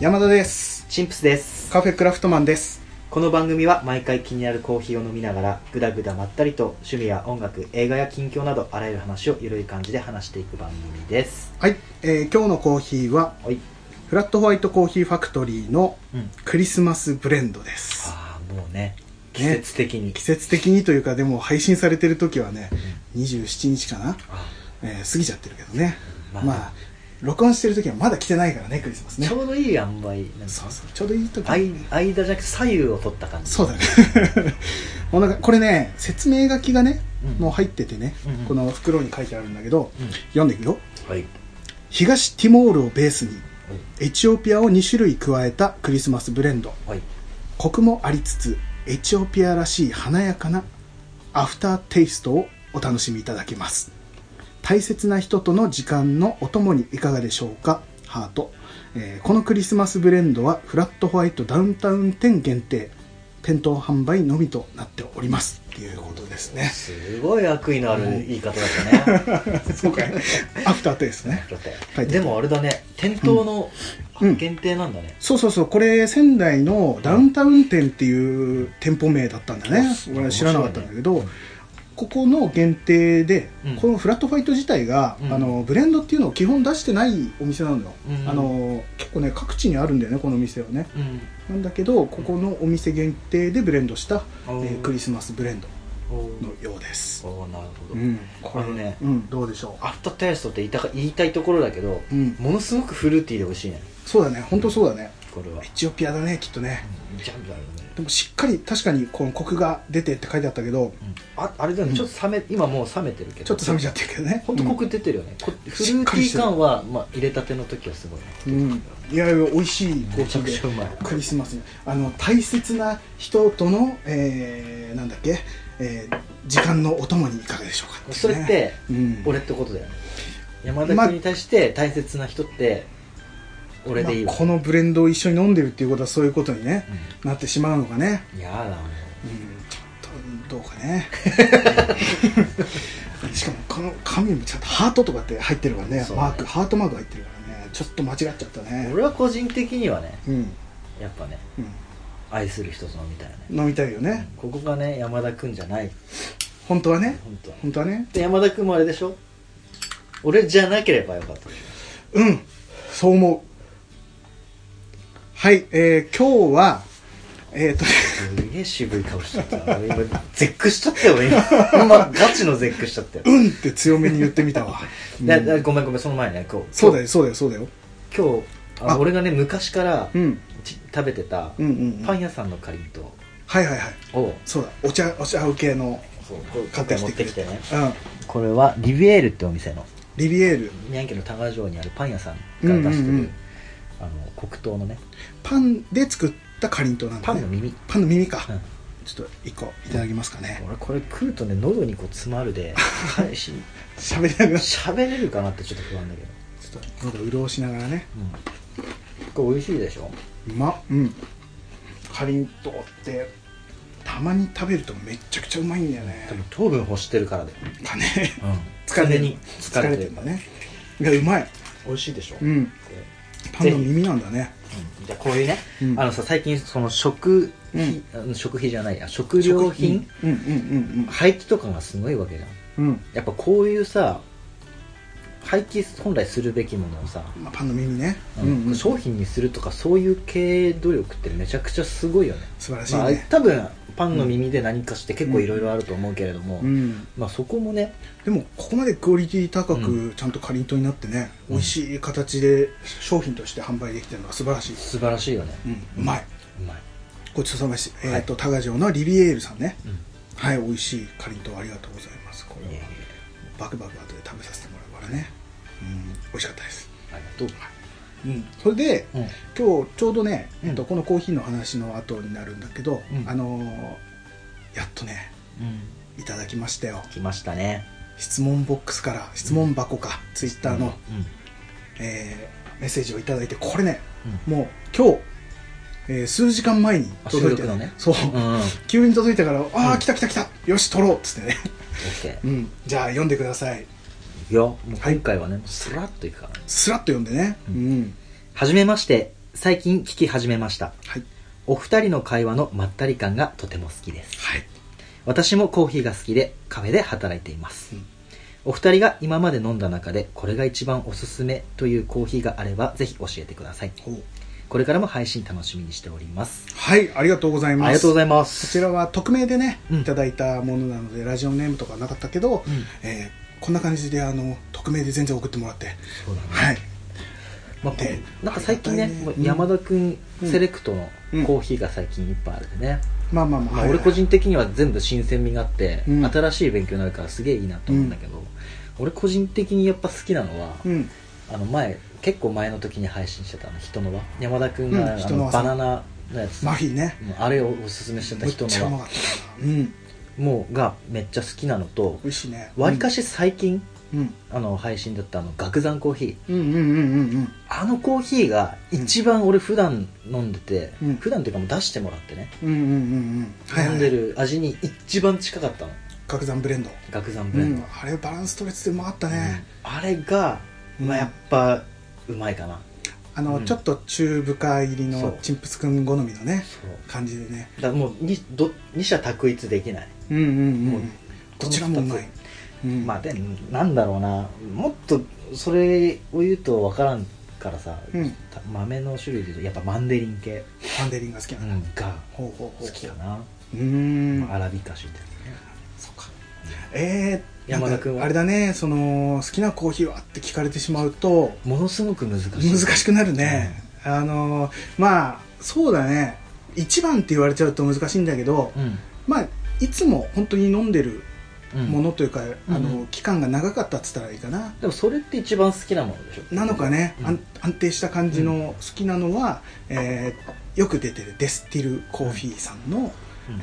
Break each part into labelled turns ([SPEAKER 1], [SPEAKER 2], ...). [SPEAKER 1] 山田です
[SPEAKER 2] シンプスです
[SPEAKER 1] カフェクラフトマンです
[SPEAKER 2] この番組は毎回気になるコーヒーを飲みながらぐだぐだまったりと趣味や音楽映画や近況などあらゆる話をゆるい感じで話していく番組です
[SPEAKER 1] はい、えー今日のコーヒーは
[SPEAKER 2] はい
[SPEAKER 1] フラットホワイトコーヒーファクトリーの
[SPEAKER 2] うん
[SPEAKER 1] クリスマスブレンドです
[SPEAKER 2] ああもうね季節的に、
[SPEAKER 1] 季節的にというかでも配信されてる時はね27日かな、
[SPEAKER 2] あ
[SPEAKER 1] えー過ぎちゃってるけどね
[SPEAKER 2] ま
[SPEAKER 1] ま
[SPEAKER 2] あ
[SPEAKER 1] あ、録音してる時はまだ来てないからねクリスマスね
[SPEAKER 2] ちょうどいい塩梅なんか
[SPEAKER 1] そうそうちょうどいい時
[SPEAKER 2] あい間じゃなくて左右を取った感じ
[SPEAKER 1] そうだね もうなんかこれね説明書きがね、
[SPEAKER 2] うん
[SPEAKER 1] もう入っててね、
[SPEAKER 2] うんうん
[SPEAKER 1] この袋に書いてあるんだけど、
[SPEAKER 2] うん
[SPEAKER 1] 読んでいくよ
[SPEAKER 2] はい
[SPEAKER 1] 東ティモールをベースにエチオピアを2種類加えたクリスマスブレンド
[SPEAKER 2] はい
[SPEAKER 1] コクもありつつエチオピアらしい華やかなアフターテイストをお楽しみいただけます大切な人との時間のお供にいかがでしょうかハート、えーこのクリスマスブレンドはフラットホワイトダウンタウン店限定店頭販売のみとなっておりますっていうことですね
[SPEAKER 2] すごい悪意のある言い方だったね、
[SPEAKER 1] そうかいアフターテイストね
[SPEAKER 2] だって
[SPEAKER 1] 書いてある
[SPEAKER 2] でもあれだね店頭の
[SPEAKER 1] うん
[SPEAKER 2] 限定なんだね、
[SPEAKER 1] そうそうそうこれ仙台のダウンタウン店っていう店舗名だったんだね
[SPEAKER 2] うん
[SPEAKER 1] 俺は知らなかったんだけど、
[SPEAKER 2] 面白いね
[SPEAKER 1] ここの限定で、
[SPEAKER 2] うん
[SPEAKER 1] このフラットファイト自体が、
[SPEAKER 2] うん
[SPEAKER 1] あのブレンドっていうのを基本出してないお店なんだよ、
[SPEAKER 2] うん
[SPEAKER 1] あの結構ね各地にあるんだよねこのお店はね
[SPEAKER 2] うん
[SPEAKER 1] なんだけどここのお店限定でブレンドした、え
[SPEAKER 2] おー
[SPEAKER 1] ークリスマスブレンド
[SPEAKER 2] お
[SPEAKER 1] のようです、
[SPEAKER 2] おなるほど、
[SPEAKER 1] うん、
[SPEAKER 2] これね
[SPEAKER 1] うん、どうでしょう
[SPEAKER 2] アフターテイストって言いたか言いたいところだけど、
[SPEAKER 1] うん
[SPEAKER 2] ものすごくフルーティーで美味しいね
[SPEAKER 1] そうだね本当そうだね
[SPEAKER 2] これは
[SPEAKER 1] エチオピアだねきっとね、
[SPEAKER 2] ジャンプだよね
[SPEAKER 1] でもしっかり確かにこのコクが出てって書いてあったけど、
[SPEAKER 2] ああれだよね、ちょっと冷め今もう冷めてるけど
[SPEAKER 1] ちょっと冷めちゃってるけどね。
[SPEAKER 2] 本当コク出てるよね、こフル
[SPEAKER 1] しっ
[SPEAKER 2] ーテ
[SPEAKER 1] か
[SPEAKER 2] ィ
[SPEAKER 1] りし
[SPEAKER 2] ー
[SPEAKER 1] てる
[SPEAKER 2] 感は、まあ、入れたての時はすごいね
[SPEAKER 1] うん。いやいや、美味しいコー
[SPEAKER 2] めち
[SPEAKER 1] ヒ
[SPEAKER 2] ゃ
[SPEAKER 1] ー
[SPEAKER 2] く
[SPEAKER 1] で
[SPEAKER 2] ちゃうまい
[SPEAKER 1] クリスマスに。あの、大切な人との、えー、なんだっけ、えー、時間のお供にいかがでしょうかいうね
[SPEAKER 2] それって、
[SPEAKER 1] うん、
[SPEAKER 2] 俺ってことだよね山田君に対して大切な人って俺でいい
[SPEAKER 1] ま
[SPEAKER 2] わ
[SPEAKER 1] あ、このブレンドを一緒に飲んでるっていうことはそういうことにね、なってしまうのかね。
[SPEAKER 2] うん、やだ
[SPEAKER 1] う
[SPEAKER 2] もう
[SPEAKER 1] ん、ちょっと、どうか ね。しかも、この紙にもちゃんとハートとかって入ってるからね、
[SPEAKER 2] そう
[SPEAKER 1] マーク、ハートマーク入ってるからね、ちょっと間違っちゃったね。
[SPEAKER 2] 俺は個人的にはね
[SPEAKER 1] うん。
[SPEAKER 2] やっぱね
[SPEAKER 1] うん。
[SPEAKER 2] 愛する人と飲みたいよね
[SPEAKER 1] 飲みたいよね。
[SPEAKER 2] ここがね山田君じゃない
[SPEAKER 1] 本当はね。
[SPEAKER 2] 本当は
[SPEAKER 1] 本当はね
[SPEAKER 2] で山田君もあれでしょ俺じゃなければよかった
[SPEAKER 1] うんそう思うはいえー、今日はえっ、とね
[SPEAKER 2] すげえ渋い顔しちゃった俺今絶句しちゃったよ俺今ほんまガチの絶句しちゃったよ、
[SPEAKER 1] うんって強めに言ってみたわ、うん
[SPEAKER 2] だだごめんごめんその前ねこう
[SPEAKER 1] そうだよそうだよそうだよ、
[SPEAKER 2] 今日あ
[SPEAKER 1] あ
[SPEAKER 2] 俺がね昔から、
[SPEAKER 1] うん、
[SPEAKER 2] ち食べてた
[SPEAKER 1] うんうんうん
[SPEAKER 2] パン屋さんのかりんと
[SPEAKER 1] はいはいはい
[SPEAKER 2] を、う
[SPEAKER 1] そうだお茶お茶受けの
[SPEAKER 2] こ
[SPEAKER 1] 買ってき
[SPEAKER 2] 持ってて
[SPEAKER 1] くれ
[SPEAKER 2] きてね
[SPEAKER 1] うん
[SPEAKER 2] これはリビエールってお店の
[SPEAKER 1] リビエール
[SPEAKER 2] 宮城県の多賀城にあるパン屋さんが出してる、
[SPEAKER 1] うんうんうん
[SPEAKER 2] あの黒糖のね
[SPEAKER 1] パンで作ったかりんとうなんだ、ね、
[SPEAKER 2] パンの耳、
[SPEAKER 1] パンの耳か、
[SPEAKER 2] うん
[SPEAKER 1] ちょっと一個いただきますかね
[SPEAKER 2] 俺これ食うとね喉にこう詰ま るでかし
[SPEAKER 1] 喋りながらち
[SPEAKER 2] 喋れるかなってちょっと不安だけ
[SPEAKER 1] ょ
[SPEAKER 2] ど、
[SPEAKER 1] っと喉潤しながらね
[SPEAKER 2] これ美味しいでしょ
[SPEAKER 1] うまっうんかりんとうってたまに食べるとめっちゃくちゃうまいんだよね
[SPEAKER 2] 多分糖分欲してるからで、
[SPEAKER 1] かね
[SPEAKER 2] 疲れに疲れてる
[SPEAKER 1] ん
[SPEAKER 2] か
[SPEAKER 1] だ
[SPEAKER 2] らね
[SPEAKER 1] ねいやうまい
[SPEAKER 2] 美味しいでしょ、
[SPEAKER 1] うん
[SPEAKER 2] で
[SPEAKER 1] パンの耳なんだね
[SPEAKER 2] うんじゃあこういうね、
[SPEAKER 1] うん
[SPEAKER 2] あのさ最近その食費、あ食費じゃないや食料品
[SPEAKER 1] うんうん
[SPEAKER 2] 廃棄とかがすごいわけじゃん
[SPEAKER 1] うんうんうん
[SPEAKER 2] やっぱこういうさ廃棄本来するべきものをさ、
[SPEAKER 1] まあパンの耳ね
[SPEAKER 2] あ
[SPEAKER 1] う
[SPEAKER 2] の
[SPEAKER 1] んうん素
[SPEAKER 2] 商品にするとかそういう経営努力ってめちゃくちゃすごいよね
[SPEAKER 1] 晴らしい
[SPEAKER 2] まあ
[SPEAKER 1] ね、
[SPEAKER 2] 多分パンの耳で何かして結構いろいろあると思うけれども、
[SPEAKER 1] うん
[SPEAKER 2] まあ、そこもね
[SPEAKER 1] でもここまでクオリティ高
[SPEAKER 2] う
[SPEAKER 1] くちゃんとかりんとうになってね
[SPEAKER 2] うん
[SPEAKER 1] 美味しい形で商品として販売できてるのは素晴らしい
[SPEAKER 2] 素晴らしいよね
[SPEAKER 1] うんうまいう
[SPEAKER 2] まい、
[SPEAKER 1] ごちそうさまでした
[SPEAKER 2] はい
[SPEAKER 1] えっと多賀城のリビエールさんねはい美味しいかりんとうありがとうございますこれはい
[SPEAKER 2] やいや
[SPEAKER 1] バクバク後で食べさせてもらうからねうん美味しかったです
[SPEAKER 2] ありがと
[SPEAKER 1] うんそれで
[SPEAKER 2] う、うん
[SPEAKER 1] 今日ちょうどね、
[SPEAKER 2] うん
[SPEAKER 1] えっと、このコーヒーの話の後になるんだけど、
[SPEAKER 2] うん
[SPEAKER 1] あのーやっとねいただきましたよ
[SPEAKER 2] 来ましたね
[SPEAKER 1] 質問ボックスから質問箱か、ツイッターの、えーメッセージをいただいてこれねもう今日、えー数時間前に
[SPEAKER 2] あ
[SPEAKER 1] 届いて、
[SPEAKER 2] 収録のね
[SPEAKER 1] そう、
[SPEAKER 2] うんうんうん OK
[SPEAKER 1] 急に届いたからああ、
[SPEAKER 2] うん
[SPEAKER 1] 来た来た来たよし取ろうっつってね、うん、じゃあ読んでください
[SPEAKER 2] いやもう今回はね、もうスラッといくからね
[SPEAKER 1] スラッと読んでね、
[SPEAKER 2] う
[SPEAKER 1] うんん
[SPEAKER 2] はじめまして最近聞き始めました
[SPEAKER 1] はい
[SPEAKER 2] お二人の会話のまったり感がとても好きです
[SPEAKER 1] はい
[SPEAKER 2] 私もコーヒーが好きでカフェで働いています、
[SPEAKER 1] うん
[SPEAKER 2] お二人が今まで飲んだ中でこれが一番おすすめというコーヒーがあればぜひ教えてください
[SPEAKER 1] ほう
[SPEAKER 2] これからも配信楽しみにしております
[SPEAKER 1] はいありがとうございます
[SPEAKER 2] ありがとうございま
[SPEAKER 1] こ
[SPEAKER 2] す
[SPEAKER 1] ちらは匿名でね、
[SPEAKER 2] うん
[SPEAKER 1] いただいたものなのでラジオネームとかなかったけど、
[SPEAKER 2] うん
[SPEAKER 1] えーこんな感じであの匿名で全然送ってもらって
[SPEAKER 2] そうだね
[SPEAKER 1] はい
[SPEAKER 2] まあ、こ
[SPEAKER 1] で
[SPEAKER 2] うなんか最近ね
[SPEAKER 1] ありがたいね
[SPEAKER 2] もう山田君
[SPEAKER 1] うん
[SPEAKER 2] セレクトの
[SPEAKER 1] うん
[SPEAKER 2] コーヒーが最近いっぱいあるんでね、
[SPEAKER 1] まあまあまあ、
[SPEAKER 2] まあ、
[SPEAKER 1] はい
[SPEAKER 2] 俺個人的には全部新鮮味があって、
[SPEAKER 1] うん
[SPEAKER 2] 新しい勉強になるからすげえいいなと思うんだけど、俺個人的にやっぱ好きなのは、
[SPEAKER 1] うん
[SPEAKER 2] あの前結構前の時に配信してたあの人の輪山田君
[SPEAKER 1] う
[SPEAKER 2] が、
[SPEAKER 1] ん
[SPEAKER 2] あ
[SPEAKER 1] 人の
[SPEAKER 2] の
[SPEAKER 1] 輪
[SPEAKER 2] バナナのやつ
[SPEAKER 1] マフィーね
[SPEAKER 2] もうあれをおすすめしてた
[SPEAKER 1] めっ
[SPEAKER 2] 人
[SPEAKER 1] ちゃう
[SPEAKER 2] の
[SPEAKER 1] ま
[SPEAKER 2] 輪
[SPEAKER 1] かったなうん
[SPEAKER 2] もうがめっちゃ好きなのと
[SPEAKER 1] 美味しいね
[SPEAKER 2] わりかし最近、
[SPEAKER 1] うん
[SPEAKER 2] あの配信だったあの岳山コーヒー
[SPEAKER 1] うんうんうんうん
[SPEAKER 2] あのコーヒーが一番俺普段飲んでて、
[SPEAKER 1] うん
[SPEAKER 2] 普段っていうかもう出してもらってね、
[SPEAKER 1] うんうんうんうんうんはい
[SPEAKER 2] 飲んで
[SPEAKER 1] はい
[SPEAKER 2] る味に一番近かったの
[SPEAKER 1] 角山ブレンド
[SPEAKER 2] 岳山
[SPEAKER 1] う
[SPEAKER 2] ブレンド、
[SPEAKER 1] んあれバランス取れててうまかったね、
[SPEAKER 2] あれが、まあ、やっぱうまいかな
[SPEAKER 1] あの、
[SPEAKER 2] うん
[SPEAKER 1] ちょっと中深入り
[SPEAKER 2] そ
[SPEAKER 1] の
[SPEAKER 2] う
[SPEAKER 1] チンプスくん好みのね
[SPEAKER 2] そう
[SPEAKER 1] 感じでね
[SPEAKER 2] だからもうにど二者択一できない、
[SPEAKER 1] うんうんうん
[SPEAKER 2] も
[SPEAKER 1] う
[SPEAKER 2] うん
[SPEAKER 1] どちらもうまい、うん
[SPEAKER 2] まあでなんだろうなもっとそれを言うと分からんからさ、
[SPEAKER 1] うん
[SPEAKER 2] た豆の種類で言うとやっぱマンデリン系
[SPEAKER 1] マンデリンが好きな
[SPEAKER 2] うん
[SPEAKER 1] だ、
[SPEAKER 2] が
[SPEAKER 1] ほうほうほ
[SPEAKER 2] 好
[SPEAKER 1] う
[SPEAKER 2] きかな、
[SPEAKER 1] うーん
[SPEAKER 2] まあアラビカ種って
[SPEAKER 1] そっかえー、
[SPEAKER 2] 山田君は
[SPEAKER 1] なんかあれだねその好きなコーヒーはって聞かれてしまうと
[SPEAKER 2] ものすごく難しい
[SPEAKER 1] 難しくなるね、あのまあそうだね一番って言われちゃうと難しいんだけど、
[SPEAKER 2] うん
[SPEAKER 1] まあいつも本当に飲んでる
[SPEAKER 2] うん
[SPEAKER 1] ものというか、あ
[SPEAKER 2] うんう
[SPEAKER 1] の期間が長かったっつったらいいかな、
[SPEAKER 2] でもそれって一番好きなものでしょ
[SPEAKER 1] なのかね、
[SPEAKER 2] うん
[SPEAKER 1] 安安定した感じの好きなのは、えーよく出てるデスティルコーヒーさんの、
[SPEAKER 2] うん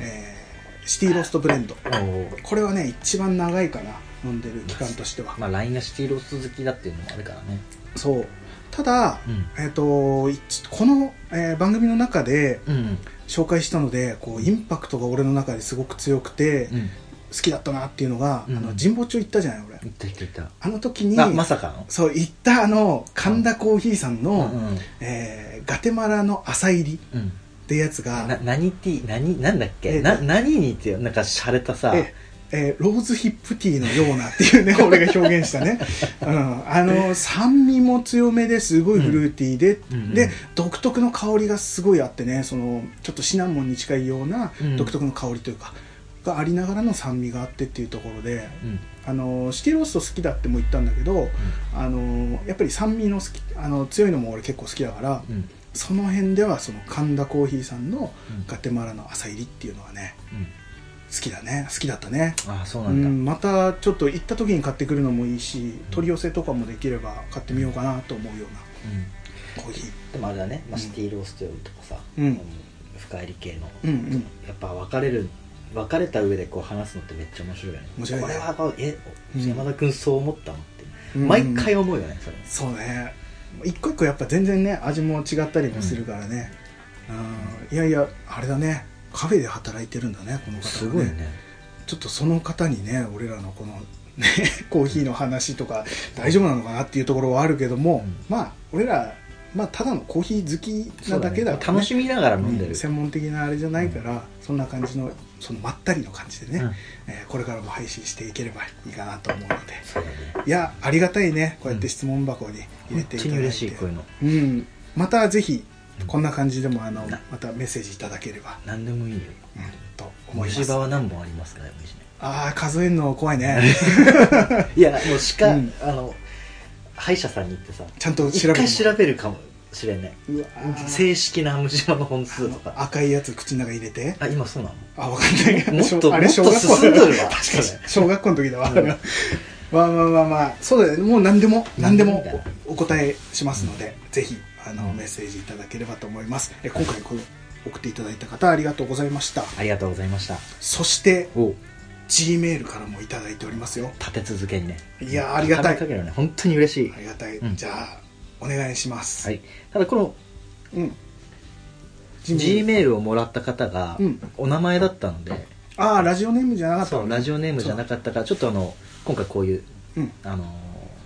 [SPEAKER 1] えーシティロストブレンド
[SPEAKER 2] おー
[SPEAKER 1] これはね一番長いかな飲んでる期間としては、
[SPEAKER 2] まあ LINE がシティロス好きだっていうのもあるからね
[SPEAKER 1] そうただ、
[SPEAKER 2] うん
[SPEAKER 1] えー、と一この、えー番組の中で
[SPEAKER 2] うん
[SPEAKER 1] 紹介したのでこうインパクトが俺の中ですごく強くて、
[SPEAKER 2] うん
[SPEAKER 1] 好きだったなっていうのが、
[SPEAKER 2] うん
[SPEAKER 1] あの神保町行ったじゃない俺
[SPEAKER 2] いったいったいった
[SPEAKER 1] あの時に
[SPEAKER 2] あまさかの
[SPEAKER 1] そう行ったあの神田コーヒーさんの、
[SPEAKER 2] うんうん
[SPEAKER 1] えーガテマラの朝入り
[SPEAKER 2] うん
[SPEAKER 1] ってやつ
[SPEAKER 2] な
[SPEAKER 1] が、
[SPEAKER 2] 何ティー何なんだっ
[SPEAKER 1] えっ
[SPEAKER 2] け
[SPEAKER 1] と
[SPEAKER 2] な何にっていうなんか洒落たさ
[SPEAKER 1] ええーローズヒップティーのようなって いうね俺が表現したね、うん、あの酸味も強めですごいフルーティーで、
[SPEAKER 2] うんうん
[SPEAKER 1] で独特の香りがすごいあってねそのちょっとシナモンに近いような
[SPEAKER 2] うん
[SPEAKER 1] 独特の香りというか、がありながらの酸味があってっていうところで
[SPEAKER 2] うん
[SPEAKER 1] あのシティロースト好きだっても言ったんだけど、あのやっぱり酸味の好きあの強いのも俺結構好きだから、
[SPEAKER 2] うん
[SPEAKER 1] その辺ではその神田コーヒーさんの
[SPEAKER 2] うん
[SPEAKER 1] ガテマラの朝入りっていうのはね
[SPEAKER 2] うん
[SPEAKER 1] 好きだね好きだったね
[SPEAKER 2] ああそう
[SPEAKER 1] う
[SPEAKER 2] なんだ
[SPEAKER 1] んまたちょっと行った時に買ってくるのもいいし取り寄せとかもできれば買ってみようかなと思うよう
[SPEAKER 2] うん
[SPEAKER 1] なコーヒー
[SPEAKER 2] でもあれだねま
[SPEAKER 1] う
[SPEAKER 2] あ
[SPEAKER 1] ん
[SPEAKER 2] シティローストよりとかさ
[SPEAKER 1] うん
[SPEAKER 2] あの深入り系の
[SPEAKER 1] うんうん
[SPEAKER 2] やっぱ別れる別れた上でこう話すのってめっちゃ面白いよね
[SPEAKER 1] 面白いね
[SPEAKER 2] これはこうえ
[SPEAKER 1] うん
[SPEAKER 2] 山田君そう思ったのって
[SPEAKER 1] うん
[SPEAKER 2] 毎回思うよねそれ
[SPEAKER 1] そうね一個一個やっぱ全然ね味も違ったりもするからね、うん、いやいやあれだねカフェで働いてるんだねこの方はね
[SPEAKER 2] すごいね
[SPEAKER 1] ちょっとその方にね俺らのこの、ね、 コーヒーの話とか大丈夫なのかなっていうところはあるけども、
[SPEAKER 2] うん
[SPEAKER 1] まあ俺ら、まあ、ただのコーヒー好きなだけだ
[SPEAKER 2] そうね
[SPEAKER 1] とね
[SPEAKER 2] 楽しみながら飲んで
[SPEAKER 1] うん
[SPEAKER 2] る
[SPEAKER 1] 専門的なあれじゃないから、そんな感じのそのまったりの感じでね、
[SPEAKER 2] うん
[SPEAKER 1] えーこれからも配信していければいいかなと思うので
[SPEAKER 2] そうだね
[SPEAKER 1] いやありがたいねこうやって質問箱に入れ
[SPEAKER 2] 本
[SPEAKER 1] て
[SPEAKER 2] 当
[SPEAKER 1] いただいて、
[SPEAKER 2] に嬉しいこういうの
[SPEAKER 1] うん、またぜひこんな感じでもあの
[SPEAKER 2] うん
[SPEAKER 1] またメッセージいただければ、
[SPEAKER 2] 何でもいいよ
[SPEAKER 1] うん、と思いま
[SPEAKER 2] 虫
[SPEAKER 1] す
[SPEAKER 2] 歯
[SPEAKER 1] あ
[SPEAKER 2] は何本ありますかね虫ね
[SPEAKER 1] あー数えるの怖いね
[SPEAKER 2] いやもう歯科、
[SPEAKER 1] うん
[SPEAKER 2] あの歯医者さんに行ってさ
[SPEAKER 1] ちゃんと
[SPEAKER 2] 一
[SPEAKER 1] 調べ
[SPEAKER 2] 回
[SPEAKER 1] る
[SPEAKER 2] 調べるかもしれないう
[SPEAKER 1] わー
[SPEAKER 2] 正式な虫歯の本数とか
[SPEAKER 1] 赤いやつ口の中に入れて
[SPEAKER 2] あ今そうな
[SPEAKER 1] あわかんない
[SPEAKER 2] のもっ
[SPEAKER 1] しょ
[SPEAKER 2] とも
[SPEAKER 1] あ
[SPEAKER 2] っ
[SPEAKER 1] れ
[SPEAKER 2] と
[SPEAKER 1] 小学校
[SPEAKER 2] 進んどるわ
[SPEAKER 1] 確か
[SPEAKER 2] そ
[SPEAKER 1] に
[SPEAKER 2] れ
[SPEAKER 1] 小学校の時だわ、
[SPEAKER 2] うん
[SPEAKER 1] まあまあまあまあそうだねもう何でも何でも
[SPEAKER 2] 何でもいいんだ
[SPEAKER 1] おお答えしますので、ぜひあの
[SPEAKER 2] うん
[SPEAKER 1] メッセージいただければと思いますえ今回この送っていただいた方ありがとうございました
[SPEAKER 2] ありがとうございました
[SPEAKER 1] そして
[SPEAKER 2] お
[SPEAKER 1] G メールからもいただいておりますよ
[SPEAKER 2] 立て続けにね
[SPEAKER 1] いやーありがたい
[SPEAKER 2] なかなかだけどね本当に嬉しい、
[SPEAKER 1] ありがたい、
[SPEAKER 2] うん
[SPEAKER 1] じゃあお願いします、
[SPEAKER 2] はい、ただこの
[SPEAKER 1] うん、
[SPEAKER 2] G メールをもらった方が
[SPEAKER 1] うん
[SPEAKER 2] お名前だったので、
[SPEAKER 1] ああラジオネームじゃなかった
[SPEAKER 2] そうラジオネームじゃなかったからちょっとあの今回こういう、
[SPEAKER 1] うん
[SPEAKER 2] あのー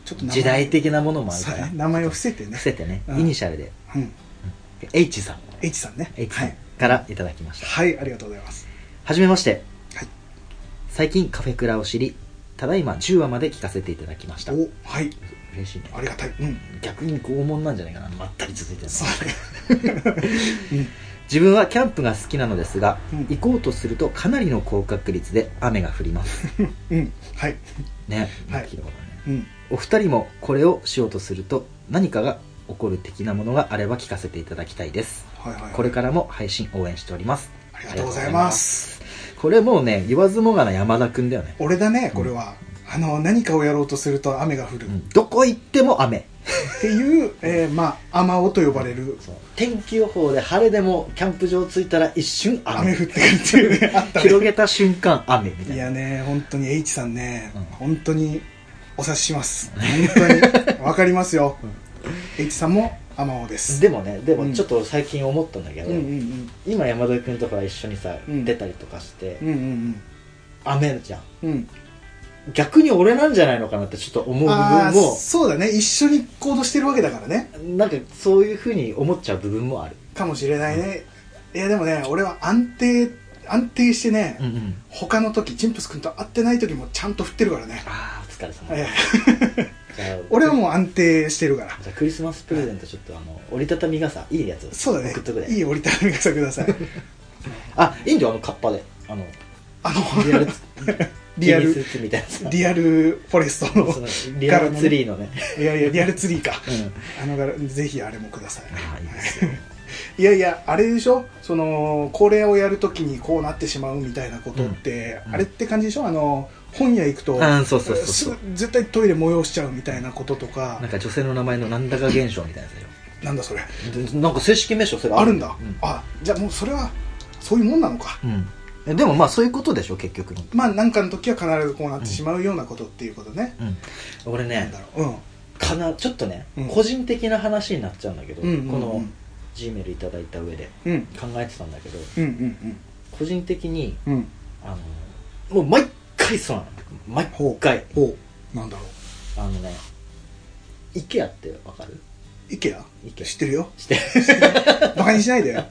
[SPEAKER 1] ちょっと名前
[SPEAKER 2] 時代的なものもある
[SPEAKER 1] そ
[SPEAKER 2] か
[SPEAKER 1] う
[SPEAKER 2] ら
[SPEAKER 1] ね名前を伏せてね
[SPEAKER 2] 伏せてね、
[SPEAKER 1] うん
[SPEAKER 2] イニシャルで
[SPEAKER 1] うん
[SPEAKER 2] H さん
[SPEAKER 1] H さんね
[SPEAKER 2] H
[SPEAKER 1] は
[SPEAKER 2] さん
[SPEAKER 1] い、
[SPEAKER 2] からいただきました
[SPEAKER 1] はい、ありがとうございます
[SPEAKER 2] はじめまして、
[SPEAKER 1] はい
[SPEAKER 2] 最近カフェクラを知りただいま10話まで聞かせていただきました
[SPEAKER 1] おはい
[SPEAKER 2] 嬉しいね
[SPEAKER 1] ありがたいうん
[SPEAKER 2] 逆に拷問なんじゃないかなまったり続いてるの
[SPEAKER 1] そうね
[SPEAKER 2] 自分はキャンプが好きなのですが、
[SPEAKER 1] うん
[SPEAKER 2] 行こうとするとかなりの高確率で雨が降り ます
[SPEAKER 1] うんはい
[SPEAKER 2] ね、
[SPEAKER 1] はい
[SPEAKER 2] 聞いたことあるね
[SPEAKER 1] うん
[SPEAKER 2] お二人もこれをしようとすると何かが起こる的なものがあれば聞かせていただきたいです
[SPEAKER 1] はいはい
[SPEAKER 2] これからも配信応援しております
[SPEAKER 1] ありがとうございます
[SPEAKER 2] これもうね言わずもがな山田君だよね、
[SPEAKER 1] 俺だねこれは、あの何かをやろうとすると雨が降る
[SPEAKER 2] う
[SPEAKER 1] っ
[SPEAKER 2] ん、どこ行っても雨
[SPEAKER 1] ていう、えーまあ雨音と呼ばれる
[SPEAKER 2] 天気予報で晴れでもキャンプ場着いたら一瞬雨
[SPEAKER 1] 雨降ってくるっていう ね あったね
[SPEAKER 2] 広げた瞬間雨みたい
[SPEAKER 1] い
[SPEAKER 2] な
[SPEAKER 1] やね本当に H さんね、
[SPEAKER 2] うん
[SPEAKER 1] 本当にお察しします本当にわかりますよ、H さんも雨音です
[SPEAKER 2] でもねで
[SPEAKER 1] うん
[SPEAKER 2] もちょっと最近思ったんだけ
[SPEAKER 1] う
[SPEAKER 2] ど、
[SPEAKER 1] んうん
[SPEAKER 2] 今山田君とか一緒にさ、
[SPEAKER 1] うん
[SPEAKER 2] 出たりとかして、
[SPEAKER 1] うんうんうん
[SPEAKER 2] 雨じゃん
[SPEAKER 1] うんうん
[SPEAKER 2] 逆に俺なんじゃないのかなってちょっと思う部
[SPEAKER 1] あ
[SPEAKER 2] 分
[SPEAKER 1] あ
[SPEAKER 2] も
[SPEAKER 1] そうだね一緒に行動してるわけだからね
[SPEAKER 2] なんかそういうふうに思っちゃう部分もある
[SPEAKER 1] かもしれないね、いやでもね俺は安定安定してね、
[SPEAKER 2] うんうん
[SPEAKER 1] 他の時チンプス君と会ってない時もちゃんと振ってるからね
[SPEAKER 2] ああお疲れ様、
[SPEAKER 1] ええ
[SPEAKER 2] じゃあ
[SPEAKER 1] 俺はもう安定してるから
[SPEAKER 2] じゃあクリスマスプレゼントちょっとあの折りたたみ傘いいやつ
[SPEAKER 1] そうだね
[SPEAKER 2] 送っとくで
[SPEAKER 1] いい折りたたみ傘ください
[SPEAKER 2] あいいんだよあのカッパであの
[SPEAKER 1] あ
[SPEAKER 2] リアル
[SPEAKER 1] の リ
[SPEAKER 2] リ
[SPEAKER 1] ア
[SPEAKER 2] ア
[SPEAKER 1] ル
[SPEAKER 2] ルスーツみたいなさ
[SPEAKER 1] リアルフォレストの
[SPEAKER 2] そのリアルツリーのね
[SPEAKER 1] いやいやリアルツリーか
[SPEAKER 2] うん
[SPEAKER 1] あの柄ぜひあれもください
[SPEAKER 2] ああいいですよ
[SPEAKER 1] いやいやあれでしょそのこれをやるときにこうなってしまうみたいなことって、
[SPEAKER 2] うん
[SPEAKER 1] あれって感じでしょあの本屋行くと
[SPEAKER 2] うんそうそうそうそ
[SPEAKER 1] す
[SPEAKER 2] う
[SPEAKER 1] 絶対トイレ催しちゃうみたいなこととか
[SPEAKER 2] なんか女性の名前のなんだか現象みたい なや
[SPEAKER 1] なんだそれ
[SPEAKER 2] つだよなんか正式名称それ
[SPEAKER 1] あるんだ、
[SPEAKER 2] うん
[SPEAKER 1] あじゃあもうそれはそういうもんなのか
[SPEAKER 2] うんえでもまあそういうことでしょ結局に、
[SPEAKER 1] まあ何かの時は必ずこうなってしまうようなことっていうことね、
[SPEAKER 2] うん、俺
[SPEAKER 1] なん
[SPEAKER 2] ね
[SPEAKER 1] だろう、うん、
[SPEAKER 2] かなちょっとね、
[SPEAKER 1] うん
[SPEAKER 2] 個人的な話になっちゃうんだけど、
[SPEAKER 1] うんうんうん
[SPEAKER 2] この G メールいただいた上で
[SPEAKER 1] うん
[SPEAKER 2] 考えてたんだけど
[SPEAKER 1] うんうん
[SPEAKER 2] 個人的に
[SPEAKER 1] うんうん
[SPEAKER 2] あのもう毎回そうなの毎回
[SPEAKER 1] おなんだろ
[SPEAKER 2] あのね IKEA ってわかる
[SPEAKER 1] う IKEA?
[SPEAKER 2] IKEA
[SPEAKER 1] 知ってるよ
[SPEAKER 2] して
[SPEAKER 1] バカにしないでよ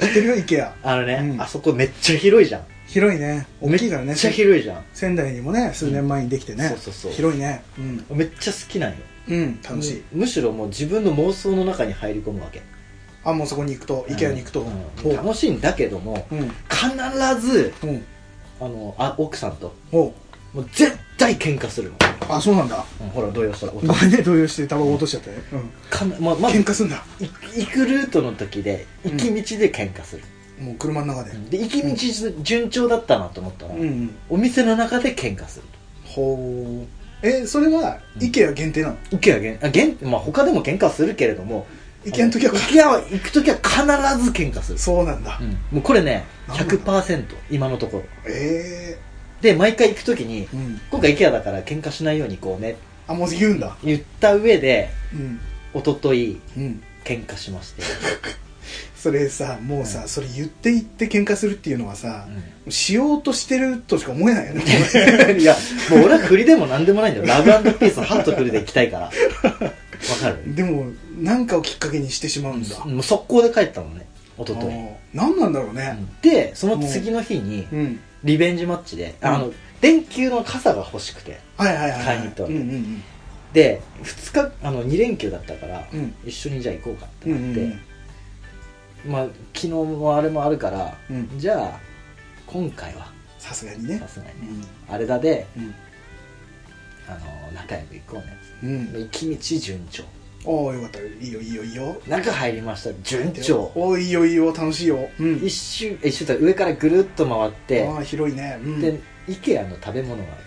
[SPEAKER 1] 知ってるよ IKEA
[SPEAKER 2] あのね、
[SPEAKER 1] うん
[SPEAKER 2] あそこめっちゃ広いじゃん
[SPEAKER 1] 広いね大きいからね
[SPEAKER 2] めっちゃ広いじゃん
[SPEAKER 1] 仙台にもね数年前にできてね、
[SPEAKER 2] そうそうそう
[SPEAKER 1] 広いねうん、
[SPEAKER 2] めっちゃ好きなんよ
[SPEAKER 1] うん、楽しい、
[SPEAKER 2] むむしろもう自分の妄想の中に入り込むわけ
[SPEAKER 1] あもうそこに行くと IKEA に行くと、
[SPEAKER 2] う
[SPEAKER 1] お
[SPEAKER 2] ん楽しいんだけども
[SPEAKER 1] うん
[SPEAKER 2] 必ず
[SPEAKER 1] うん
[SPEAKER 2] あのあ奥さんと
[SPEAKER 1] お
[SPEAKER 2] もう絶対喧嘩するの、
[SPEAKER 1] あそうなんだ
[SPEAKER 2] うんほら動揺したら音
[SPEAKER 1] ごめんね動揺してタバコ落としちゃったね、うん
[SPEAKER 2] かんままず
[SPEAKER 1] 喧嘩すんだ
[SPEAKER 2] い行くルートの時で
[SPEAKER 1] うん
[SPEAKER 2] 行き道で喧嘩する、
[SPEAKER 1] もう車の中で
[SPEAKER 2] で行き道順順調だったなと思ったら、
[SPEAKER 1] うん、うん、
[SPEAKER 2] お店の中で喧嘩する
[SPEAKER 1] ほうえそれは IKEA 限定なの
[SPEAKER 2] 行けやげんあげん、まあ、他でも喧嘩はするけれども
[SPEAKER 1] IKEA の時は
[SPEAKER 2] あ行けやは行く時は必ず喧嘩する、
[SPEAKER 1] そうなんだ、
[SPEAKER 2] うんもうこれね
[SPEAKER 1] なんで
[SPEAKER 2] 100%今のところ
[SPEAKER 1] え
[SPEAKER 2] で毎回行く時に
[SPEAKER 1] えうん
[SPEAKER 2] 今回 IKEA だから喧嘩しないように行こうねって
[SPEAKER 1] あもう言うんだ
[SPEAKER 2] 言った上で
[SPEAKER 1] うん
[SPEAKER 2] 一昨日
[SPEAKER 1] うん
[SPEAKER 2] 喧嘩しまして、
[SPEAKER 1] それさもうさ、
[SPEAKER 2] うん
[SPEAKER 1] それ言って言って喧嘩するっていうのはさ、
[SPEAKER 2] うん
[SPEAKER 1] しようとしてるとしか思えないよね
[SPEAKER 2] いや、もう俺は振りでも何でもないんだよ。ラブピースのハット振りで行きたいから。わかる
[SPEAKER 1] でも何かをきっかけにしてしまうんだ、
[SPEAKER 2] もう速攻で帰ったのね、一昨日
[SPEAKER 1] あー何なんだろうね
[SPEAKER 2] で、その次の日に
[SPEAKER 1] う、ん、
[SPEAKER 2] リベンジマッチで、
[SPEAKER 1] うん
[SPEAKER 2] あの、電球の傘が欲しくて。
[SPEAKER 1] はいはいはい、は
[SPEAKER 2] 買い
[SPEAKER 1] い、
[SPEAKER 2] に行ったわ
[SPEAKER 1] うん
[SPEAKER 2] け
[SPEAKER 1] うん
[SPEAKER 2] で、2日、あの、2連休だったから、
[SPEAKER 1] うん
[SPEAKER 2] 一緒にじゃあ行こうかって
[SPEAKER 1] うんう
[SPEAKER 2] なっ
[SPEAKER 1] ん
[SPEAKER 2] て、まあ、昨日もあれもあるから、
[SPEAKER 1] うんうん
[SPEAKER 2] じゃあ、今回は、
[SPEAKER 1] さすがにね
[SPEAKER 2] さすが
[SPEAKER 1] う
[SPEAKER 2] にね、
[SPEAKER 1] ん
[SPEAKER 2] あれだで、
[SPEAKER 1] うん
[SPEAKER 2] あの、仲良く行こうね。
[SPEAKER 1] うん、
[SPEAKER 2] 行き道順調。
[SPEAKER 1] おおよかったいいよいいよいいよ
[SPEAKER 2] 中入りました、順調。
[SPEAKER 1] おおいいよいいよ楽しいよ、うん
[SPEAKER 2] 一周一周というか上からぐるっと回って
[SPEAKER 1] あ、あ広いね、うん、
[SPEAKER 2] で IKEA の食べ物がある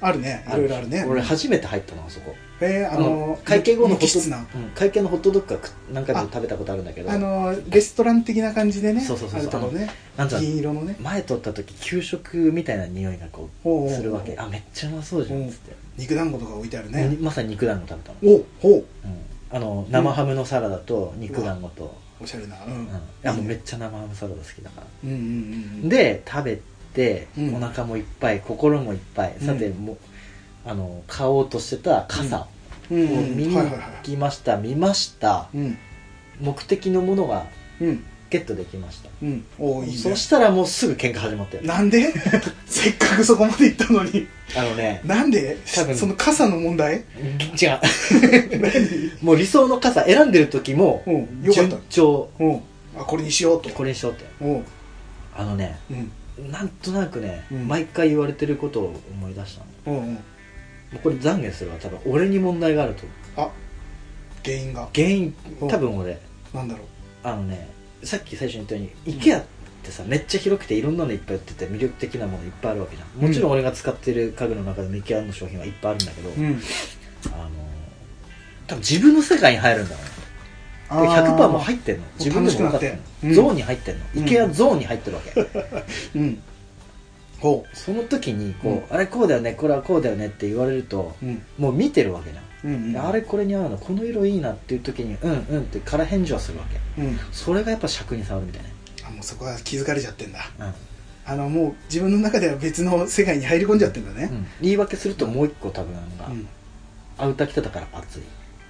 [SPEAKER 1] あるねい
[SPEAKER 2] わ
[SPEAKER 1] ろ
[SPEAKER 2] け
[SPEAKER 1] いろあるね
[SPEAKER 2] 俺初めて入ったのあそこ
[SPEAKER 1] えー、あのー
[SPEAKER 2] 会計後の
[SPEAKER 1] 無
[SPEAKER 2] ホ
[SPEAKER 1] 機
[SPEAKER 2] ッ
[SPEAKER 1] 質
[SPEAKER 2] ト
[SPEAKER 1] な
[SPEAKER 2] うん会計のホットドッグは食何回も食べたことあるんだけど
[SPEAKER 1] あのーレストラン的な感じでね
[SPEAKER 2] そうそうそうそう
[SPEAKER 1] あるとこね
[SPEAKER 2] なんか
[SPEAKER 1] 銀色のね
[SPEAKER 2] 前取った時給食みたいな匂いがこ
[SPEAKER 1] おうおう
[SPEAKER 2] うするわけあめっちゃうまそうじゃんっつって
[SPEAKER 1] 肉団子とか置いてある
[SPEAKER 2] に
[SPEAKER 1] ね
[SPEAKER 2] まさに肉団子食べたの
[SPEAKER 1] おおほ
[SPEAKER 2] うんあの生ハムのサラダと肉団子と
[SPEAKER 1] うおしゃれなうん、
[SPEAKER 2] うんいやもう
[SPEAKER 1] いい
[SPEAKER 2] め
[SPEAKER 1] ね
[SPEAKER 2] っちゃ生ハムサラダ好きだから
[SPEAKER 1] うんうんうんうん
[SPEAKER 2] で食べて、
[SPEAKER 1] うん
[SPEAKER 2] お腹もいっぱい心もいっぱい、
[SPEAKER 1] うん
[SPEAKER 2] さてもうあの買おうとしてた傘を
[SPEAKER 1] うん
[SPEAKER 2] 見に
[SPEAKER 1] はいはいは
[SPEAKER 2] 行きました、見ました
[SPEAKER 1] いうん
[SPEAKER 2] 目的のものが
[SPEAKER 1] うん
[SPEAKER 2] ゲットできました
[SPEAKER 1] うんおーいい
[SPEAKER 2] そ
[SPEAKER 1] ね
[SPEAKER 2] したらもうすぐ喧嘩始まったよ
[SPEAKER 1] なんでせっかくそこまで行ったの に
[SPEAKER 2] あのね
[SPEAKER 1] なんで
[SPEAKER 2] 多分
[SPEAKER 1] その傘の問題
[SPEAKER 2] 違うもう理想の傘選んでる時も
[SPEAKER 1] うんよかった
[SPEAKER 2] 順調
[SPEAKER 1] うんあこれにしようと
[SPEAKER 2] これにしようって
[SPEAKER 1] うん
[SPEAKER 2] あのね
[SPEAKER 1] うん
[SPEAKER 2] なんとなくね、
[SPEAKER 1] うん
[SPEAKER 2] 毎回言われてることを思い出したのも
[SPEAKER 1] うんうん
[SPEAKER 2] うこれ懺悔するわ多分俺に問題があると思う
[SPEAKER 1] あ原因が
[SPEAKER 2] 原因
[SPEAKER 1] うん
[SPEAKER 2] 多分俺
[SPEAKER 1] なんだろう
[SPEAKER 2] あのねさっき最初に言ったように IKEA ってさめっちゃ広くていろんなのいっぱい売ってて魅力的なものいっぱいあるわけじゃんもちろん俺が使ってる家具の中でも IKEA の商品はいっぱいあるんだけど、
[SPEAKER 1] ん
[SPEAKER 2] あの多分自分の世界に入るんだろうね
[SPEAKER 1] あー
[SPEAKER 2] 100%もう入ってんの自分でも分かってんの
[SPEAKER 1] 楽しくなってうん
[SPEAKER 2] ゾーンに入ってんの
[SPEAKER 1] うん
[SPEAKER 2] IKEA ゾーンに入ってるわけ、
[SPEAKER 1] うんほ
[SPEAKER 2] その時にこう、
[SPEAKER 1] うん
[SPEAKER 2] あれこうだよねこれはこうだよねって言われると
[SPEAKER 1] ううん
[SPEAKER 2] もう見てるわけじゃ
[SPEAKER 1] う
[SPEAKER 2] ん、
[SPEAKER 1] ん
[SPEAKER 2] であれこれに合うのこの色いいなっていう時にうんうんって空返事はするわけ
[SPEAKER 1] うん
[SPEAKER 2] それがやっぱ尺に触るみたい
[SPEAKER 1] あもうそこは気づかれちゃってんだ
[SPEAKER 2] な、うん
[SPEAKER 1] あのもう自分の中では別の世界に入り込んじゃってんだね
[SPEAKER 2] 言い訳するともう一個多分あ
[SPEAKER 1] う
[SPEAKER 2] のが
[SPEAKER 1] ん
[SPEAKER 2] アウター着てたから暑い